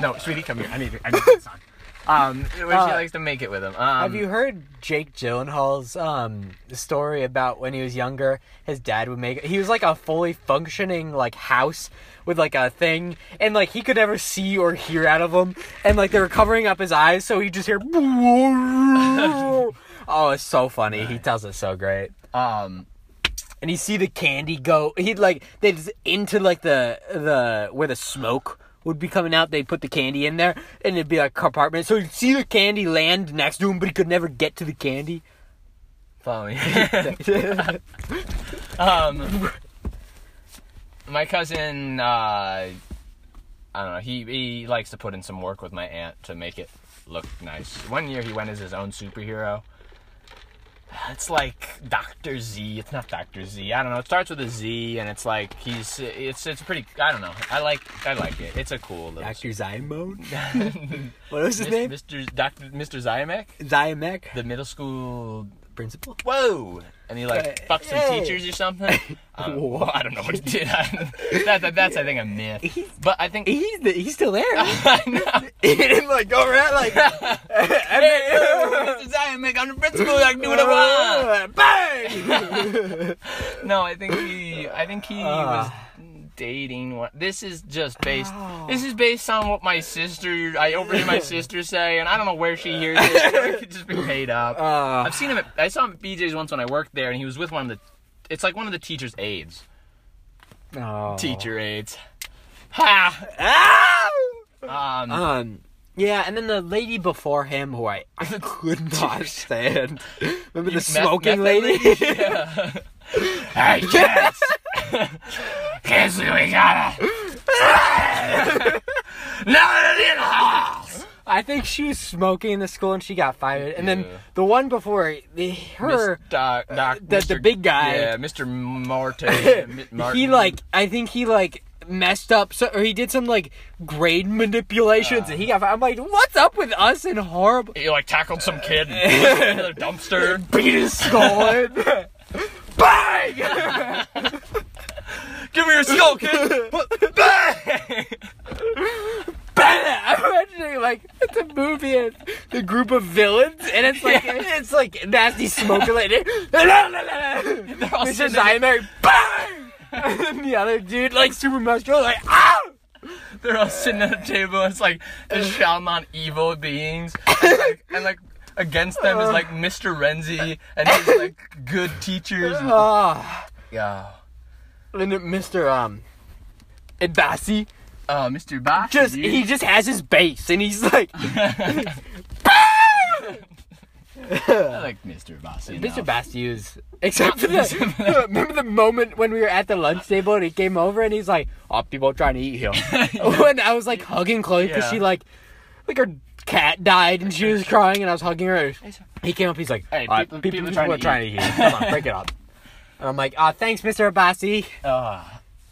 S1: No, sweetie, come here. I need it. I need this on.
S2: (laughs)
S1: Um, where she
S2: uh,
S1: likes to make it with him. Um,
S2: Have you heard Jake Gyllenhaal's um, story about when he was younger? His dad would make he was like a fully functioning like house with like a thing, and like he could never see or hear out of him, and like they were covering up his eyes, so he just hear. (laughs) oh, it's so funny. He tells it so great.
S1: Um,
S2: And you see the candy go. He'd like they just into like the the where the smoke would be coming out. They'd put the candy in there, and it'd be like compartment. So you'd see the candy land next to him, but he could never get to the candy.
S1: follow me. (laughs) um, my cousin, uh, I don't know. He he likes to put in some work with my aunt to make it look nice. One year he went as his own superhero. It's like Doctor Z. It's not Doctor Z. I don't know. It starts with a Z, and it's like he's. It's it's pretty. I don't know. I like I like it. It's a cool little.
S2: Doctor Zymone. what was his name?
S1: Mr. Doctor Mr. Zymek,
S2: Zymek,
S1: the middle school
S2: principal.
S1: whoa and he like
S2: Uh,
S1: fucked some
S2: hey.
S1: teachers or
S2: (laughs)
S1: something I don't,
S2: What?
S1: I don't know what he did (laughs) that, that, that's i think a myth
S2: He's-
S1: but i think
S2: He's the, he's still there.
S1: (laughs) I know.
S2: he didn't like go around like.
S1: Hey, yo, Mr. Zymek, I'm the principal. I can do what I want.
S2: Bang!
S1: (laughs) No, I think he. I think he was
S2: Ah.
S1: dating. One. This is just based. This is based on what my sister. I overheard (laughs) my sister say, and I don't know where she hears it. It could just be made up.
S2: Uh,
S1: I've seen him. At, I saw him at BJ's once when I worked there, and he was with one of the. It's like one of the teacher's aides.
S2: no.
S1: Teacher aides. Ha.
S2: Ow!
S1: Um.
S2: Um, yeah, and then the lady before him, who I, (laughs) I could
S1: (laughs)
S2: not stand. Remember the
S1: meth-
S2: smoking
S1: method
S2: lady?
S1: Yeah. (laughs) hey (laughs) kids. kids, we gotta. (laughs) Now in the house.
S2: (laughs) I think she was smoking in the school and she got fired. And
S1: Yeah.
S2: then the one before the, her,
S1: Miss Doc, Doc,
S2: uh, the- the big guy.
S1: Yeah, Mr.
S2: (laughs)
S1: Marte. Mi- Martin.
S2: (clears throat) he like, I think he like messed up, so, or he did some like grade manipulations, and he got. fi- I'm like, what's up with us and horrible?
S1: He like tackled some kid
S2: (laughs)
S1: in a dumpster.
S2: Beat his (laughs) skull in. Bang!
S1: (laughs) Give me your skull, kid. Bang!
S2: Bennett. I'm imagining like it's a movie and the group of villains, and it's like it's like nasty smoke related.
S1: all
S2: Mr.
S1: sitting there-
S2: Zymer, bang, and then the other dude like super muscular, like ah.
S1: (laughs) They're all sitting at a table. It's like there's Shalman evil
S2: (laughs)
S1: beings, and like, and like against them is like Mr. Renzi and his like good
S2: (laughs)
S1: teachers.
S2: Ah,
S1: Yeah.
S2: and then Mr. Um, Ibassi,
S1: Uh, Mr. Bosch.
S2: just
S1: dude. (laughs)
S2: (laughs) he just has his base, and he's like
S1: I like Mr. Bosch.
S2: Mr. Bassi is. Except for (laughs) the remember the moment when we were at the lunch table and he came over and he's like, "Oh, people trying
S1: (laughs)
S2: to eat him." When I was like hugging Chloe because
S1: Yeah.
S2: she like, like her cat died and she was crying and I was hugging her. He came up, he's like,
S1: Hey,
S2: "Uh,
S1: people- people trying to
S2: trying to eat. him. Come on, break
S1: (laughs)
S2: it up." And I'm like, "Ah, thanks, Mr. Bassi.
S1: Uh,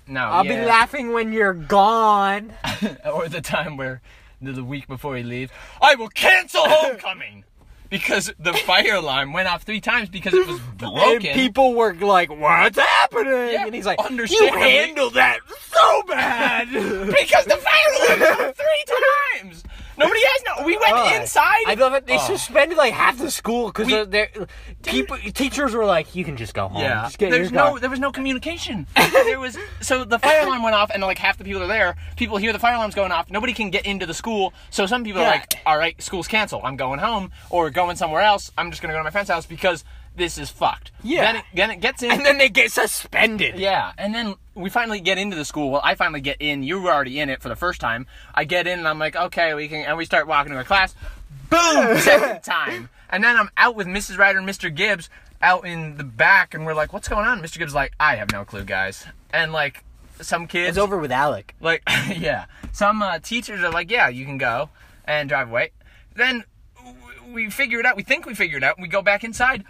S1: no.
S2: I'll
S1: yeah.
S2: be laughing when you're gone."
S1: (laughs) or the time where the, the week before he leaves, I will cancel homecoming because the fire alarm went off three times because
S2: (laughs)
S1: it was
S2: And
S1: broken.
S2: people were like, "What's happening?"
S1: Yeah,
S2: and he's like, "You
S1: understandably.
S2: handled that so
S1: (laughs)
S2: bad."
S1: because the fire alarm went off three times. Nobody has no. We went
S2: Oh,
S1: inside.
S2: I love it. They
S1: Oh.
S2: suspended like half the school because
S1: We-
S2: they're, they're- people. Teachers were like, "You can just go home."
S1: yeah.
S2: Just get
S1: There's
S2: your
S1: no.
S2: car."
S1: There was no communication. there was. So the fire alarm went off, and like half the people are there. People hear the fire alarms going off. Nobody can get into the school. So some people are
S2: Yeah.
S1: like, "All right, school's canceled. I'm going home, or going somewhere else. I'm just gonna go to my friend's house because this is fucked.
S2: Yeah.
S1: Then it, then it gets in.
S2: and then they get suspended.
S1: Yeah, and then we finally get into the school. Well, I finally get in. You were already in it for the first time. I get in, and I'm like, okay, we can. And we start walking to our class.
S2: (laughs)
S1: Boom! Second time. And then I'm out with Mrs. Ryder and Mr. Gibbs out in the back, and we're like, what's going on? Mr. Gibbs is like, I have no clue, guys. And like, some kids
S2: It's over with Alec.
S1: like (laughs) yeah some uh, teachers are like yeah you can go and drive away then w- we figure it out we think we figure it out and we go back inside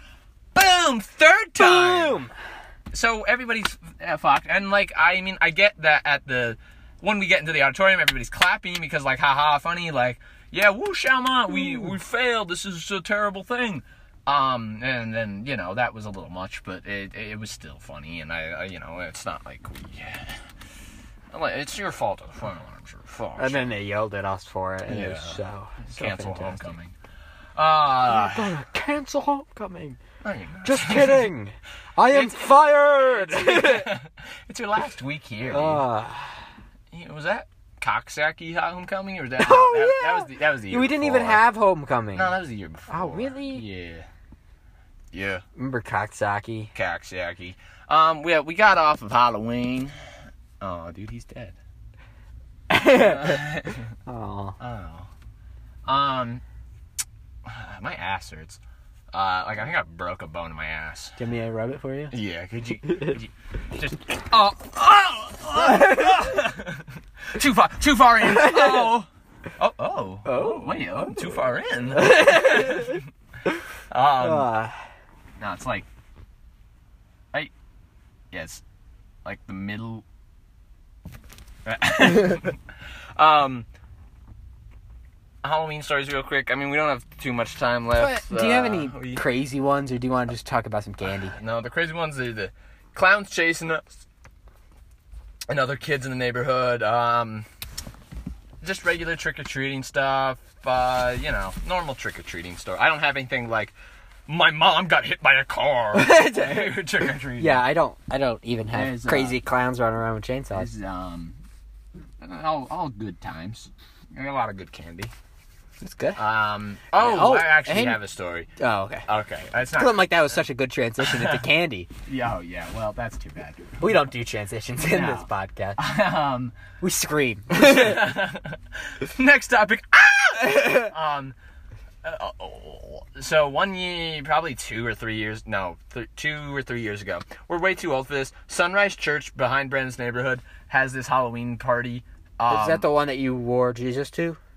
S1: boom third time
S2: Boom.
S1: so everybody's uh, fucked and like i mean i get that at the when we get into the auditorium everybody's clapping because like haha funny like yeah woo shama we
S2: Mm.
S1: we failed this is a terrible thing um and then you know that was a little much but it it was still funny and i, I you know it's not like we (sighs) I'm like, it's your fault uh, the phone alarm's your fault
S2: And then they yelled at us for it. And it was
S1: Yeah.
S2: so, so
S1: cancel
S2: fantastic.
S1: homecoming uh
S2: Gotta cancel homecoming.
S1: I mean,
S2: Ah. Just (laughs) kidding. I am fired.
S1: (laughs)
S2: (laughs)
S1: it's your last week here
S2: Ah.
S1: Yeah, was that Coxsackie homecoming or was that?
S2: (laughs) Oh,
S1: that,
S2: yeah.
S1: that was the that was the year
S2: we didn't even
S1: before.
S2: have homecoming.
S1: No, that was the year before.
S2: Oh, really?
S1: Yeah. Yeah,
S2: Remember (laughs) Coxsackie?
S1: Coxsackie. Um, yeah, we got off of Halloween. Oh, dude, he's dead.
S2: Oh.
S1: Oh. Um, (sighs) my ass hurts. Uh, like I think I broke a bone in my ass.
S2: Do you want me to rub it for you?
S1: Yeah, could you, could you just oh, oh, (laughs) too far too far in. Oh. Oh, oh.
S2: Oh.
S1: Wait, oh, too far in. um,
S2: Ah.
S1: no, it's like I Yeah, it's like the middle (laughs) Um Halloween stories real quick. I mean, we don't have too much time left.
S2: do you have
S1: Uh,
S2: any
S1: we-
S2: crazy ones, or do you want to just talk about
S1: (laughs)
S2: some candy? (laughs)
S1: No, the crazy ones are the clowns chasing us and other kids in the neighborhood. Um, just regular trick or treating stuff. Uh, you know, normal trick or treating story. I don't have anything like my mom got hit by a car. (laughs) trick or treating.
S2: Yeah, I don't. I don't even have
S1: There's, uh,
S2: crazy clowns running around with chainsaws.
S1: It's, um, all, all good times. A lot of good candy.
S2: It's good.
S1: Um, oh,
S2: Oh,
S1: I actually
S2: and-
S1: have a story.
S2: Uh, Oh, okay.
S1: Okay, it's
S2: I feel
S1: not.
S2: like that was such a good
S1: (laughs)
S2: transition into candy.
S1: Yeah, oh, yeah. Well, that's too bad. (laughs)
S2: We don't do transitions in
S1: No.
S2: this podcast.
S1: (laughs) um.
S2: We scream.
S1: (laughs) Next topic.
S2: (laughs)
S1: Ah! um. uh, oh, so one year, probably two or three years, no, th- two or three years ago. We're way too old for this. Sunrise Church behind Brandon's neighborhood has this Halloween party. Um,
S2: (laughs) Is that the one that you wore Jesus to? (laughs)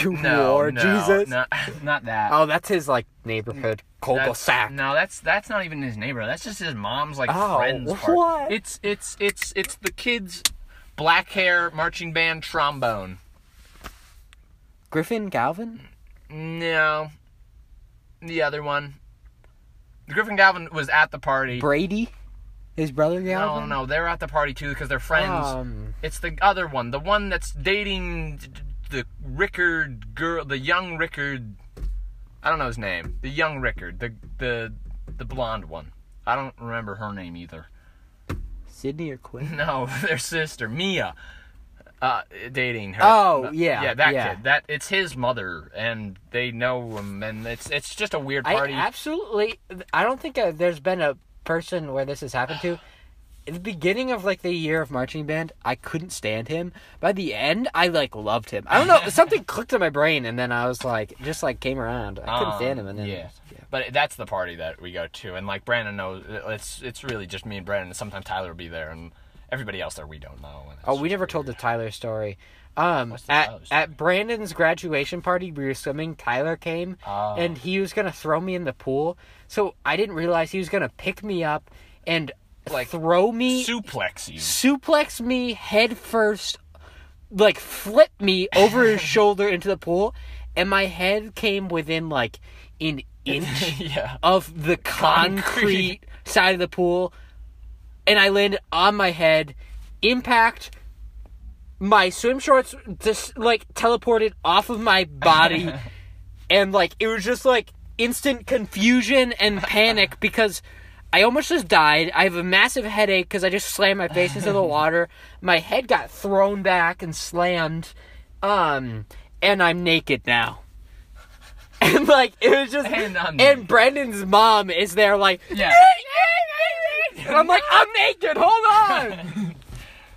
S2: You
S1: no,
S2: wore
S1: no,
S2: Jesus.
S1: no, (laughs) not that.
S2: Oh, that's his like neighborhood cul
S1: That's-
S2: sac.
S1: No, that's that's not even his neighborhood. That's just his mom's like
S2: Oh, (laughs)
S1: friends. party.
S2: what?
S1: It's it's it's it's the kids' black hair marching band trombone.
S2: Griffin Galvin.
S1: No. The other one. The Griffin Galvin was at the party.
S2: Brady, his brother
S1: no,
S2: Galvin.
S1: no, no, they're at the party too because they're friends.
S2: Um,
S1: it's the other one, the one that's dating d- d- the Rickard girl, the young Rickard. I don't know his name. The young Rickard, the the the blonde one. I don't remember her name either. (laughs)
S2: Sydney or Quinn.
S1: No, (laughs) their sister Mia, uh, dating her.
S2: Oh, yeah,
S1: yeah, that
S2: yeah.
S1: kid. That it's his mother, and they know him, and it's it's just a weird
S2: I
S1: party.
S2: absolutely. I don't think uh there's been a person where this has happened to. (sighs) At the beginning of like the year of marching band, I couldn't stand him. By the end, I like loved him. I don't
S1: (laughs)
S2: know. something clicked in my brain, and then I was like, just like came around. I couldn't
S1: Um,
S2: stand him, and then
S1: yeah. But that's the party that we go to, and like Brandon knows, it's it's really just me and Brandon. And sometimes Tyler will be there, and everybody else there we don't know. and it's
S2: Oh, we
S1: just
S2: never
S1: weird.
S2: told the Tyler story. Um,
S1: the
S2: at,
S1: Tyler story?
S2: at Brandon's graduation party, we were swimming. Tyler came,
S1: Oh.
S2: and he was gonna throw me in the pool. So I didn't realize he was gonna pick me up and
S1: Like,
S2: throw me,
S1: (laughs) suplex you.
S2: suplex me head first, like flip me over his shoulder into the pool, and my head came within like an inch
S1: yeah.
S2: of the concrete, side of the pool, and I landed on my head. Impact. My swim shorts just like teleported off of my body,
S1: (laughs)
S2: and like it was just like instant confusion and
S1: (laughs)
S2: panic because I almost just died. I have a massive headache because I just slammed my face
S1: (laughs)
S2: into the water. My head got thrown back and slammed, um, and I'm naked now. (laughs) and like it was just
S1: And I'm
S2: and
S1: naked.
S2: Brendan's mom is there like
S1: Yeah.
S2: and I'm like I'm naked. Hold on.
S1: (laughs)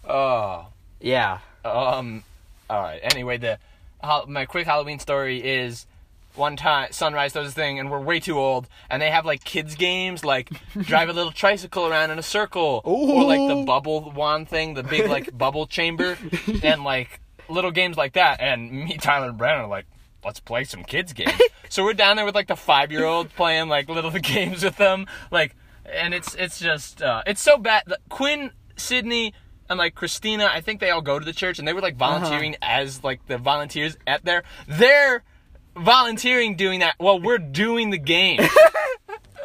S1: Oh.
S2: yeah.
S1: Um. All right. Anyway, the hol- my quick Halloween story is one time sunrise does a thing, and we're way too old, and they have like kids games,
S2: (laughs)
S1: like drive a little tricycle around in a circle, or like the
S2: Ooh.
S1: bubble wand thing, the big like bubble
S2: (laughs)
S1: chamber, and like little games like that. And me, Tyler, and Brandon are like. Let's play some kids
S2: (laughs)
S1: games. so we're down there with like the five year old playing like little (laughs) games with them, like, and it's it's just uh, it's so bad. The- Quinn, Sydney, and like Christina, I think they all go to the church, and they were like
S2: Uh-huh.
S1: volunteering as like the volunteers at their they're volunteering doing that while we're doing the
S2: (laughs)
S1: game.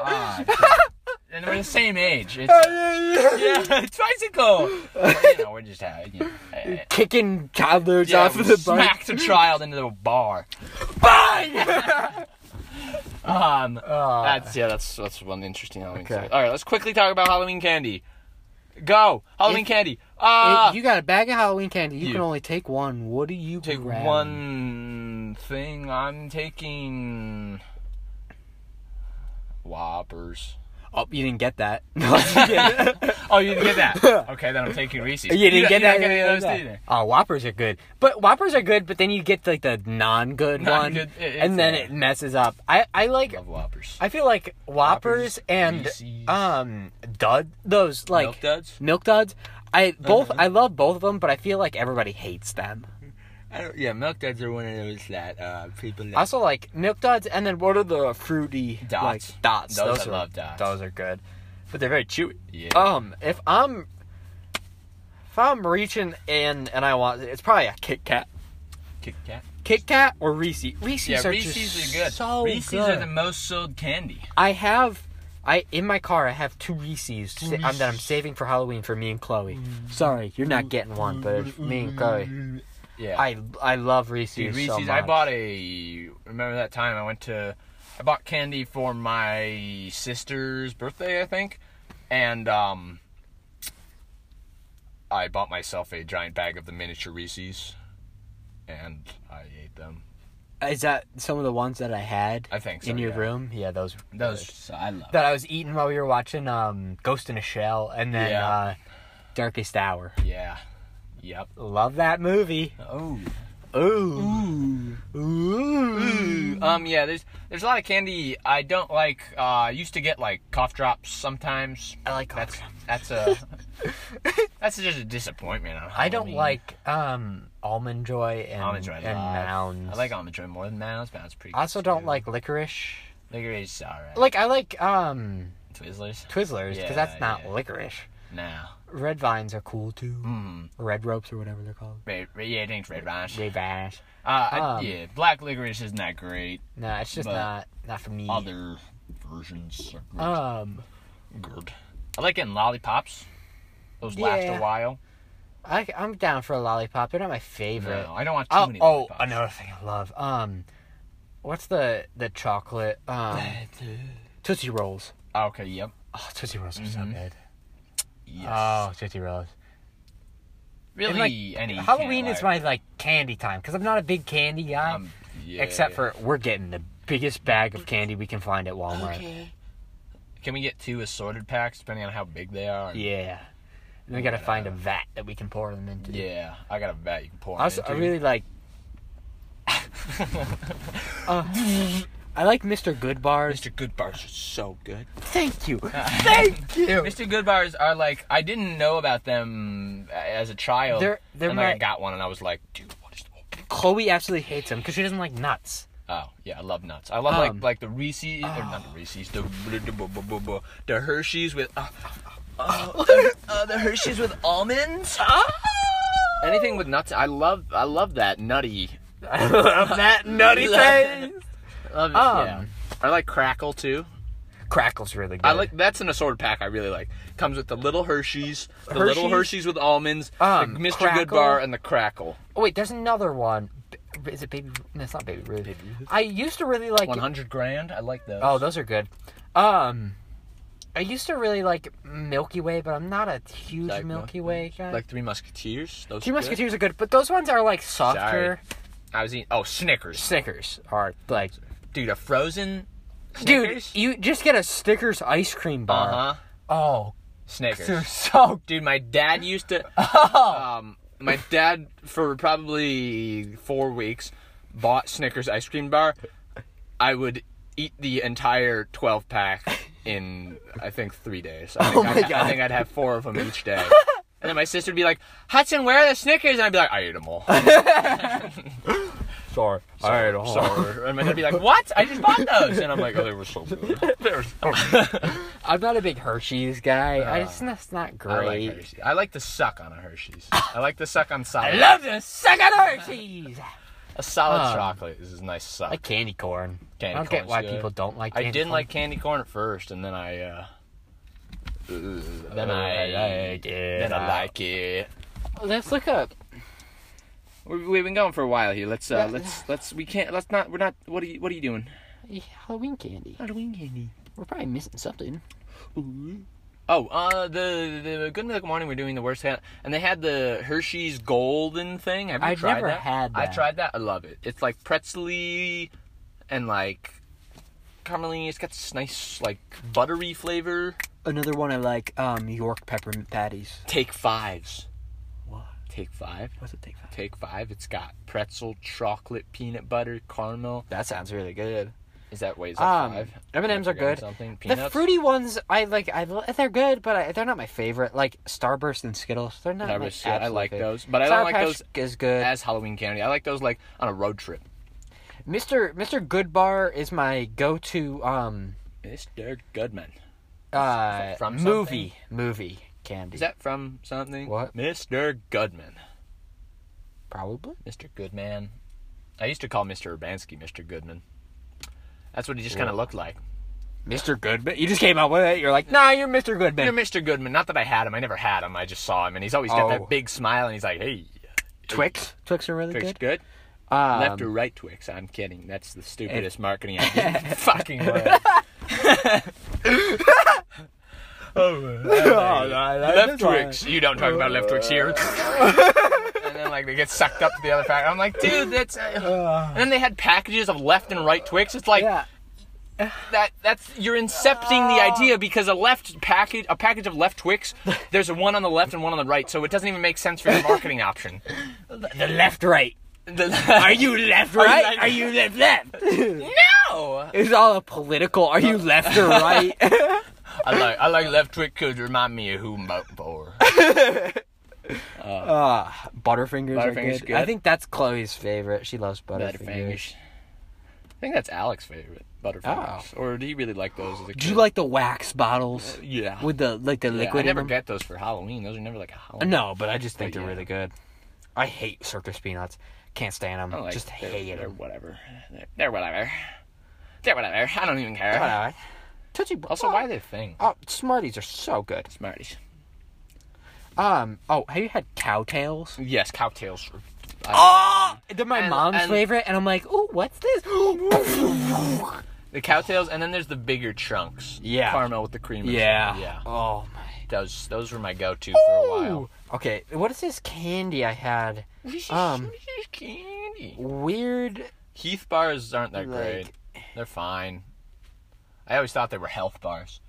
S1: Ah, and we're the same age. It's, yeah, (laughs) tricycle. But, you know, we're just having. You know, eh,
S2: Kicking toddlers
S1: yeah,
S2: off of the bike.
S1: smacked a child into the bar. Um, that's yeah, that's that's one interesting Halloween.
S2: Ah. Okay.
S1: story. All right, let's quickly talk about Halloween candy. Go Halloween
S2: If-
S1: candy. (laughs) Uh,
S2: If you got a bag of Halloween candy. You,
S1: You.
S2: can only take one. What do you
S1: take
S2: grab?
S1: Uh, one thing. I'm taking Whoppers.
S2: Oh, you didn't get (laughs) that.
S1: Oh, you didn't get
S2: (laughs)
S1: that. Okay, then I'm taking Reese's.
S2: You didn't get
S1: don't-
S2: that.
S1: you don't
S2: you
S1: get any of
S2: didn't
S1: those
S2: get
S1: either.
S2: that. Oh, Whoppers are good, but Whoppers are good. But then you get like the non-good one,
S1: Non-good- it- it's-
S2: and then
S1: yeah.
S2: it messes up. I I like.
S1: Love Whoppers.
S2: I feel like Whoppers,
S1: Whoppers,
S2: and
S1: Reese's.
S2: um Dud those like
S1: Milk duds. Uh-huh.
S2: Milk Duds. I both I love both of them, but I feel like everybody hates them.
S1: I don't- yeah, milk duds are one of those that uh, people. That,
S2: Also like Milk Duds, and then what are the fruity
S1: Dots.
S2: Like, dots.
S1: Those
S2: Those,
S1: I
S2: are,
S1: love dots.
S2: Those are good, but they're very chewy.
S1: yeah.
S2: Um, if I'm if I'm reaching in and I want, it's probably a Kit Kat.
S1: Kit Kat.
S2: Kit Kat or Reese. Reese's
S1: Yeah,
S2: are
S1: Reese's
S2: just
S1: are good.
S2: So
S1: Reese's
S2: good.
S1: are the most sold candy.
S2: I have, I in my car I have two Reese's sa- um, that I'm
S1: Reese's. Mm.
S2: saving for Halloween for me and Chloe. Sorry, you're not getting one, but it's me and Chloe.
S1: Yeah.
S2: I I love Reese's.
S1: Dude,
S2: so
S1: Mm. Reese's.
S2: much.
S1: I bought a. Remember that time I went to. I bought candy for my sister's birthday, I think, and um. I bought myself a giant bag of the miniature Reese's, and I ate them.
S2: Is that some of the ones that I had?
S1: I think so,
S2: in your
S1: yeah.
S2: room. Yeah, those. were
S1: Those
S2: good.
S1: I love.
S2: that I was eating while we were watching um Ghost in a Shell, and then
S1: Yeah.
S2: uh, Darkest Hour.
S1: Yeah. Yep.
S2: Love that movie.
S1: Oh.
S2: Ooh.
S1: Ooh.
S2: Ooh.
S1: Um. Yeah. There's there's a lot of candy I don't like. Uh, I used to get like cough drops sometimes.
S2: I like
S1: That's that's
S2: (laughs)
S1: a that's just a disappointment. On
S2: I don't
S1: Halloween.
S2: like um almond joy and
S1: almond joy. I
S2: and
S1: love.
S2: mounds.
S1: I like almond joy more than mounds. Mounds are pretty.
S2: I also
S1: good,
S2: don't
S1: too.
S2: like licorice.
S1: licorice. All right.
S2: Like I like um
S1: Twizzlers.
S2: Twizzlers because
S1: Yeah,
S2: that's not
S1: yeah.
S2: licorice.
S1: No.
S2: Red vines are cool too.
S1: Mm.
S2: Red ropes or whatever they're called.
S1: Red, red, yeah, it ain't red ranch.
S2: Red vines.
S1: Uh, I-
S2: Um,
S1: yeah, black licorice isn't that great.
S2: No, it's just
S1: But
S2: not not for me.
S1: Other versions are good.
S2: Um,
S1: good. I like getting lollipops. Those last
S2: Yeah.
S1: a while.
S2: I I'm down for a lollipop. They're not my favorite.
S1: No, I don't want too
S2: Oh,
S1: many.
S2: oh
S1: lollipops.
S2: another thing I love. Um, what's the the chocolate? Um,
S1: (laughs)
S2: Tootsie Rolls.
S1: (laughs) Okay. Yep.
S2: Oh, Tootsie Rolls are so
S1: Mhm.
S2: good.
S1: Yes.
S2: Oh, Tootsie Rolls.
S1: really?
S2: And,
S1: any
S2: Halloween
S1: can't
S2: is
S1: like-
S2: my like candy time because I'm not a big candy guy,
S1: Um, yeah.
S2: except for we're getting the biggest bag of candy we can find at Walmart.
S1: Can we get two assorted packs depending on how big they are? and-
S2: Yeah, and we gotta find a vat that we can pour them into.
S1: Yeah, I got a bet you can pour. 'em
S2: Also, I
S1: into. (laughs)
S2: really like. Uh, (laughs) I like Mr. Good bars.
S1: Mr. Goodbars are so good.
S2: (laughs)
S1: (laughs)
S2: Thank you, thank you.
S1: Mr. Goodbars are like I didn't know about them as a child.
S2: They're- they're
S1: and like
S2: my-
S1: I got one and I was like, dude, what is?
S2: Chloe absolutely hates them because she doesn't like nuts.
S1: Oh yeah, I love nuts. I love
S2: Um,
S1: like like the Reese's or not the Reese's, the the, the, the, the Hershey's with uh, (laughs) uh, the, uh, the Hershey's with almonds.
S2: (laughs)
S1: Anything with nuts, I love. I love that nutty.
S2: I love that nutty
S1: Love-
S2: taste.
S1: Love,
S2: Um,
S1: yeah. I like crackle too.
S2: Crackle's really good.
S1: I like that's an assorted pack I really like. Comes with the little Hershey's, the little
S2: Hershey's?
S1: Hershey's with almonds,
S2: Um,
S1: the Mr.
S2: Crackle.
S1: Good Bar, and the Crackle.
S2: Oh wait, there's another one. B- Is it baby? No, it's not baby Ruth. I used to really like.
S1: One hundred grand. I like those.
S2: Oh, those are good. Um, I used to really like Milky Way, but I'm not a huge
S1: Like
S2: Milky Way guy.
S1: like Three Musketeers. Those
S2: Two
S1: are good.
S2: Musketeers are good, but those ones are like softer.
S1: I was eating. Oh, Snickers.
S2: Snickers are like
S1: dude, a frozen
S2: Dude,
S1: Snickers?
S2: you just get a Snickers ice cream bar.
S1: Uh-huh.
S2: Oh,
S1: (laughs)
S2: they're
S1: Snickers.
S2: so
S1: Dude, my dad used
S2: (laughs)
S1: to
S2: Oh.
S1: um my dad for probably 4 weeks bought Snickers ice cream bar. I would eat the entire 12 pack in I think 3 days.
S2: (laughs)
S1: I think,
S2: Oh my
S1: I'd,
S2: God.
S1: I think I'd have 4 of them each
S2: (laughs)
S1: day. And then my sister would be like, "Hudson, where are the Snickers?" And I'd be like, "I ate them all."
S2: sorry. Sorry. (laughs) All right,
S1: Sorry. And my dad would be like, "What? I just bought those." And I'm like, "Oh, they were so good."
S2: (laughs) I'm not a big Hershey's guy. I just that's not
S1: I like
S2: great.
S1: Hershey's. I like to suck on a Hershey's. I like to suck on solid.
S2: (laughs) I love the second Hershey's.
S1: a solid
S2: Ah.
S1: chocolate. This is a nice suck.
S2: like candy corn.
S1: Candy
S2: I don't get
S1: corn's
S2: why
S1: good.
S2: people don't like.
S1: I
S2: Candy
S1: didn't
S2: corn.
S1: like candy corn at first, and then I, uh, then I,
S2: like it.
S1: then I like it.
S2: Oh, Let's look up.
S1: We've, we've been going for a while here. Let's, uh,
S2: Yeah.
S1: let's, let's. We can't. Let's not. We're not. What are you? What are you doing?
S2: Halloween candy.
S1: Halloween candy.
S2: We're probably missing something.
S1: Oh, uh, the the Good Milk Morning. We're doing the worst hat, and they had the Hershey's Golden thing. Have you
S2: I've
S1: tried
S2: never
S1: that?
S2: had
S1: I
S2: that.
S1: tried that. I love it. It's like pretzely, and like caramelly. It's got this nice like buttery flavor.
S2: Another one I like, um, York peppermint patties.
S1: Take fives.
S2: What?
S1: Take five.
S2: What's it take five?
S1: Take five. It's got pretzel, chocolate, peanut butter, caramel.
S2: That sounds really good.
S1: Is that way? Is that
S2: Um,
S1: five?
S2: M&Ms
S1: Am I
S2: are good.
S1: forgetting Something. Peanuts.
S2: The fruity ones, I like. I li- they're good, but I, they're not my favorite. Like Starburst and Skittles, they're not.
S1: I,
S2: my
S1: was- I
S2: absolute
S1: like
S2: favorite.
S1: those, but I
S2: Sour
S1: don't like
S2: Patch
S1: those
S2: Is good.
S1: as Halloween candy. I like those like on a road trip.
S2: Mr. Mr. Goodbar is my go-to um
S1: Mr. Goodman.
S2: uh
S1: from something?
S2: movie movie candy.
S1: Is that from something?
S2: What?
S1: Mr. Goodman.
S2: probably?
S1: Mr. Goodman. I used to call Mr. Urbanski Mr. Goodman. That's what he just kind of looked like.
S2: Mr. Goodman. You just came out with it. You're like, nah, you're Mr. Goodman.
S1: You're Mr. Goodman. Not that I had him. I never had him. I just saw him, and he's always got
S2: Oh.
S1: that big smile, and he's like, "Hey,
S2: Twix. Twix are really
S1: Twix,
S2: good.
S1: good? (laughs)
S2: Um,
S1: Left or right, Twix? I'm kidding. That's the stupidest
S2: (laughs)
S1: marketing idea. in (laughs) the fucking world. Oh,
S2: (laughs)
S1: left Twix. You don't talk about left Twix here. uh, (laughs) and then like they get sucked up to the other pack. I'm like, dude, that's. Uh... And then they had packages of left and right Twix. It's like
S2: Yeah.
S1: that. That's you're incepting the idea because a left package, a package of left (laughs) Twix, there's a one on the left and one on the right, so it doesn't even make sense (laughs) for your marketing option.
S2: The left right.
S1: (laughs) The-
S2: Are you left
S1: right?
S2: right? Are you left left?
S1: no.
S2: (laughs) it's all a political. Are you left
S1: (laughs)
S2: or right?
S1: I like I like left Twix because it remind me of who I'm voting for.
S2: uh, Butterfingers, are
S1: Butterfingers
S2: good.
S1: good.
S2: I think that's Chloe's favorite. She loves Butterfingers.
S1: Butterfingers. I think that's Alex's favorite. Butterfingers. Or do you really like those as a kid?
S2: Oh. Do you like the wax bottles
S1: Uh, Yeah.
S2: with the like the
S1: Yeah,
S2: liquid
S1: I never
S2: in them?
S1: get those for Halloween. Those are never like a Halloween.
S2: No, but I just think they're
S1: yeah.
S2: really good. I hate circus peanuts. Can't stand them.
S1: I like-
S2: just
S1: they're,
S2: hate
S1: they're
S2: them.
S1: whatever. They're, they're whatever. They're whatever. I don't even care.
S2: Tootsie
S1: Also, why are they a thing?
S2: Oh, Smarties are so good.
S1: Smarties.
S2: Um. Oh, have you had cow tails?
S1: Yes, cowtails. are-
S2: Oh, they're my
S1: And-
S2: mom's
S1: and-
S2: favorite, and I'm like, oh,
S1: (gasps)
S2: what's this?
S1: The cowtails, and then there's the bigger chunks.
S2: Yeah.
S1: Caramel with the cream. and
S2: yeah.
S1: stuff. Yeah.
S2: Oh my.
S1: Those those were my go-to for a
S2: Ooh.
S1: while.
S2: Okay, what is this candy I had?
S1: This is
S2: Um,
S1: this is candy.
S2: Weird.
S1: Heath bars aren't that
S2: Like-
S1: great. They're fine. I always thought they were health bars,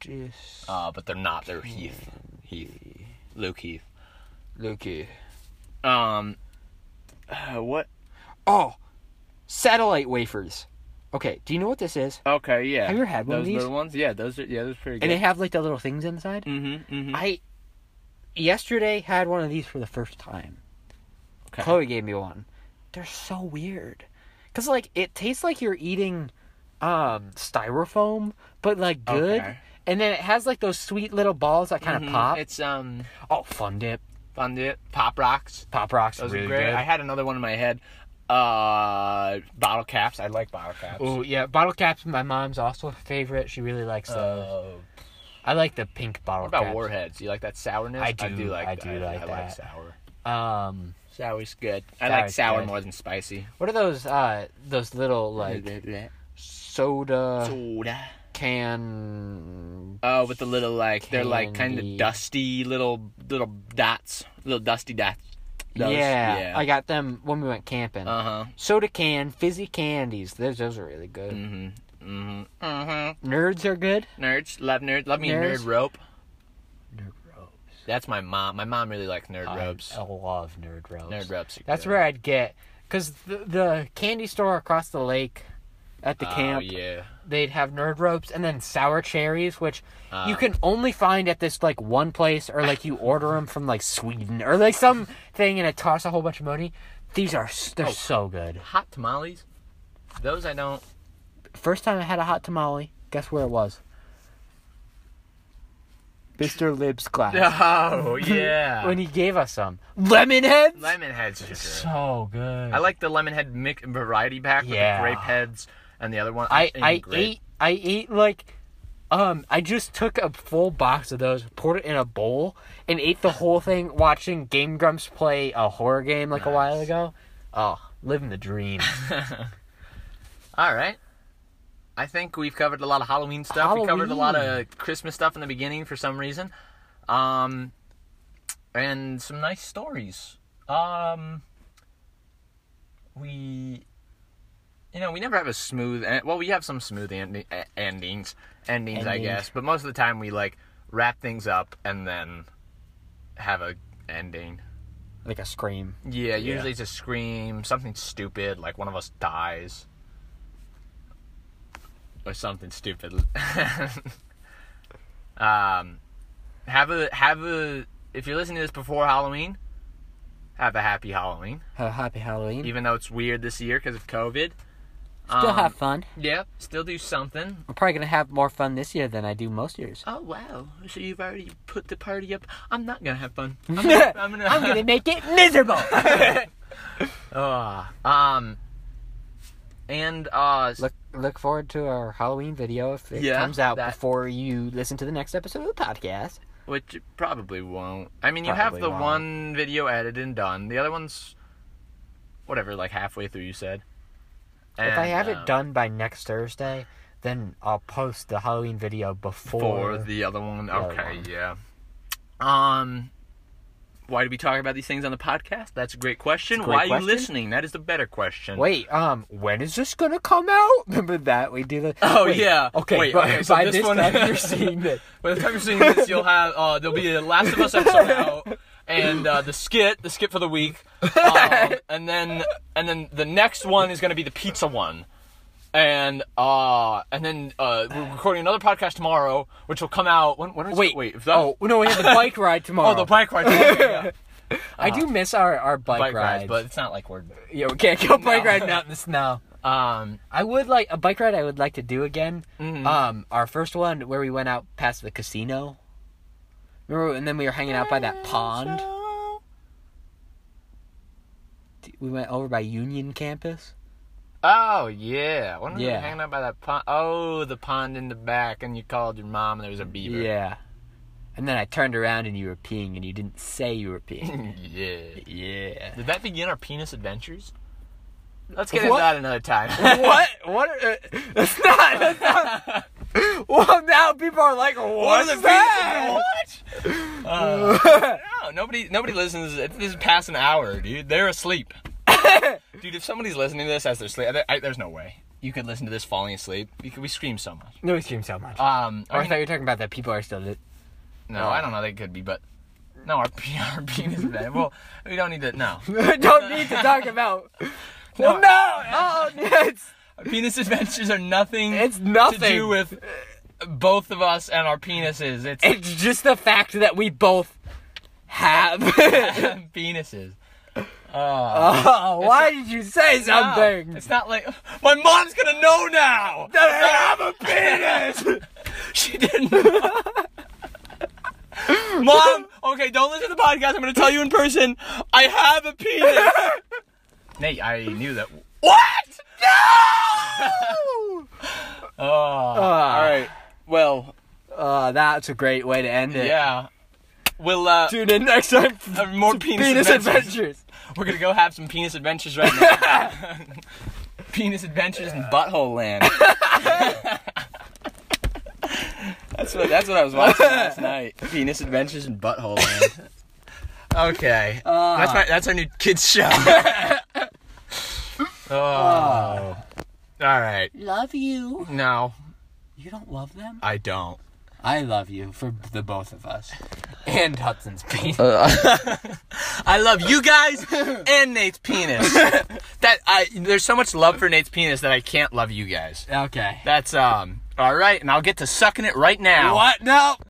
S2: Just.
S1: uh, but they're not. They're Heath. Heath. Luke Heath.
S2: Lukey.
S1: Um, uh, what?
S2: Oh, satellite wafers. Okay, do you know what this is?
S1: Okay, yeah.
S2: Have you ever had one of
S1: those
S2: these?
S1: little ones? Yeah, those are yeah, those are pretty
S2: And
S1: good.
S2: they have like the little things inside.
S1: mm-hmm, mm-hmm.
S2: I yesterday had one of these for the first time.
S1: Okay.
S2: Chloe gave me one. They're so weird. Cuz like it tastes like you're eating um styrofoam, but like good.
S1: Okay.
S2: And then it has like those sweet little balls that kind of
S1: Mhm.
S2: pop.
S1: It's um,
S2: oh, fun dip.
S1: fun dip, pop rocks.
S2: Pop rocks
S1: Those
S2: are really
S1: are great.
S2: good.
S1: I had another one in my head. Uh, bottle caps. I like bottle caps.
S2: Oh yeah, bottle caps. My mom's also a favorite. She really likes those.
S1: Uh,
S2: I like the pink bottle
S1: what about
S2: caps.
S1: warheads? You like that sourness?
S2: I do,
S1: like.
S2: I do like
S1: I like
S2: that.
S1: sour.
S2: Um,
S1: Sour's good. I like
S2: Sour's
S1: sour
S2: good.
S1: more than spicy.
S2: what are those? Uh, those little like soda
S1: Soda.
S2: can
S1: Oh, with the little like they're like kind
S2: Candy.
S1: of dusty little little dots, little dusty dots. Those-
S2: yeah, Uh-huh.
S1: yeah.
S2: I got them when we went camping.
S1: Uh huh.
S2: Soda can, fizzy candies. Those, those are really good.
S1: Mm hmm. Mm hmm. Mm
S2: Nerds are good.
S1: hmm. Nerds. Love nerds. Love me a
S2: Nerds.
S1: nerd rope.
S2: Nerd ropes.
S1: That's my mom. My mom really likes nerd ropes.
S2: I, love nerd ropes.
S1: Nerd ropes. are
S2: That's
S1: good.
S2: where I'd get because the, the candy store across the lake at the
S1: Oh,
S2: camp
S1: yeah.
S2: they'd have nerd ropes and then sour cherries which
S1: Ah.
S2: you can only find at this like one place or like you order them from like sweden or like some thing and it costs a whole bunch of money these are s- they're
S1: Oh.
S2: so good
S1: Hot tamales. Those I
S2: (laughs)
S1: don't.
S2: first time i had a hot tamale guess where it was mr lib's class
S1: Oh yeah.
S2: (laughs) when he gave us some lemon heads
S1: lemon heads. Are good.
S2: so good
S1: I like the lemon head mix variety pack with
S2: Yeah.
S1: the grape heads and the other one.
S2: I,
S1: eating
S2: I
S1: grape.
S2: ate I ate like um I just took a full box of those, poured it in a bowl, and ate the whole thing watching Game Grumps play a horror game like a while
S1: Nice.
S2: ago. Oh, living the dream. (laughs)
S1: All right. I think we've covered a lot of Halloween stuff. We covered a lot
S2: Halloween.
S1: of Christmas stuff in the beginning for some reason. Um, and some nice stories. Um, we, you know, we never have a smooth. en- Well, we have some smooth endi- e- endings, endings, I
S2: Endings.
S1: guess. But most of the time, we like wrap things up and then have a ending.
S2: like a scream.
S1: Yeah, usually it's a scream, something stupid, like one of us dies. Or something stupid. (laughs) um have a have a if you're listening to this before Halloween, have a happy Halloween.
S2: Ha- happy Halloween.
S1: Even though it's weird this year because of COVID.
S2: Still
S1: Um,
S2: have fun.
S1: Yeah, still do something.
S2: I'm probably gonna have more fun this year than I do most years.
S1: Oh wow! So you've already put the party up. I'm not gonna have fun. I'm (laughs)
S2: (laughs) I'm
S1: gonna,
S2: gonna make it miserable.
S1: (laughs) Ugh. um. And uh, s-
S2: (laughs) look look forward to our Halloween video if it
S1: Yeah,
S2: comes out
S1: that-
S2: before you listen to the next episode of the podcast.
S1: Which it probably won't. I mean, you have
S2: Probably
S1: the
S2: won't.
S1: one video edited and done. The other one's whatever, like halfway through. You said.
S2: If I
S1: And,
S2: have
S1: uh,
S2: it done by next Thursday, then I'll post the Halloween video before.
S1: for the other one,
S2: other
S1: okay,
S2: one.
S1: yeah. Um, why do we talk about these things on the podcast? That's a great question.
S2: It's a great
S1: why are
S2: question.
S1: you listening? That is the better question.
S2: Wait, um, when is this gonna come out? (laughs) Remember that we do the.
S1: Oh,
S2: Wait,
S1: yeah.
S2: Okay,
S1: Wait,
S2: but
S1: okay, so
S2: by
S1: this
S2: this
S1: one-
S2: time
S1: (laughs)
S2: you're seeing that.
S1: By the time you're seeing this, you'll have uh, there'll be a Last of Us episode out, and uh, the skit, the skit for the week,
S2: (laughs)
S1: um, and then and then the next one is going to be the pizza one, and uh, and then uh, we're recording another podcast tomorrow, which will come out when when is
S2: Wait,
S1: it? wait if that,
S2: Oh no, we have the bike ride tomorrow.
S1: (laughs) oh the bike ride
S2: (laughs)
S1: yeah,
S2: I do miss our our bike,
S1: bike rides,
S2: rides,
S1: but it's not like we're
S2: yeah, we can't go bike
S1: No.
S2: riding out in the snow.
S1: um
S2: I would like a bike ride. I would like to do again.
S1: Mhm.
S2: Um, our first one where we went out past the casino. Remember, and then we were hanging out by that pond. We went over by Union Campus.
S1: Oh yeah, when we
S2: Yeah.
S1: were hanging out by that pond. Oh, the pond in the back, and you called your mom, and there was a beaver.
S2: Yeah. And then I turned around and you were peeing and you didn't say you were
S1: (laughs)
S2: peeing.
S1: (laughs) yeah. (laughs)
S2: yeah.
S1: Did that begin our penis adventures? Let's get
S2: What?
S1: into that another time.
S2: (laughs) what? What? Uh, that's not. That's not. Well, now people are
S1: (laughs)
S2: like,
S1: What
S2: what's
S1: are the
S2: that?
S1: penis? What?
S2: (laughs)
S1: Uh, no, nobody, nobody listens. It- This is past an hour, dude. They're asleep.
S2: (laughs)
S1: dude, if somebody's listening to this as they're asleep, there- I, there's no way you could listen to this falling asleep. You could, we scream so much.
S2: No, we scream so much.
S1: Um,
S2: or
S1: I
S2: Oh, I thought
S1: mean,
S2: you were talking about that people are still. (laughs) Li-
S1: no, I don't know. They could be, but no, our, pe- (laughs) our penis adventures. Well, we don't need to. No,
S2: don't need to talk about. Well, (laughs) no. Oh, (laughs) it's
S1: our penis adventures are nothing.
S2: it's nothing.
S1: to do with both of us and our penises. It's
S2: it's just the fact that we both
S1: (laughs)
S2: have. (laughs)
S1: penises. Uh,
S2: oh, why did you say
S1: no,
S2: something?
S1: Oh, It's not like my mom's gonna know now.
S2: that (laughs) I have a penis.
S1: (laughs) She didn't. know. Mom, okay, don't listen to the podcast. I'm gonna tell you in person. I have a penis. (laughs) Nate, I knew that. What?
S2: No!
S1: (laughs) Oh, all right. Well,
S2: Uh, Ah. that's a great way to end it.
S1: yeah. We'll uh,
S2: Tune in next time for
S1: have more (laughs) penis,
S2: Penis
S1: adventures.
S2: Adventures.
S1: We're gonna go have some penis adventures right (laughs) now. penis adventures in butthole land. (laughs) that's what that's what I was watching last night. Penis adventures in butthole land. (laughs) Okay.
S2: Ah.
S1: that's my. That's our new kids
S2: (laughs)
S1: show. oh.
S2: Ah.
S1: All right.
S2: Love you.
S1: No,
S2: You don't love them?
S1: I don't.
S2: I love you for the both of us. And Hudson's penis.
S1: I love you guys and Nate's
S2: (laughs)
S1: penis. that I there's so much love for Nate's penis that I can't love you guys.
S2: okay.
S1: That's um all right, and I'll get to sucking it right now.
S2: What? No.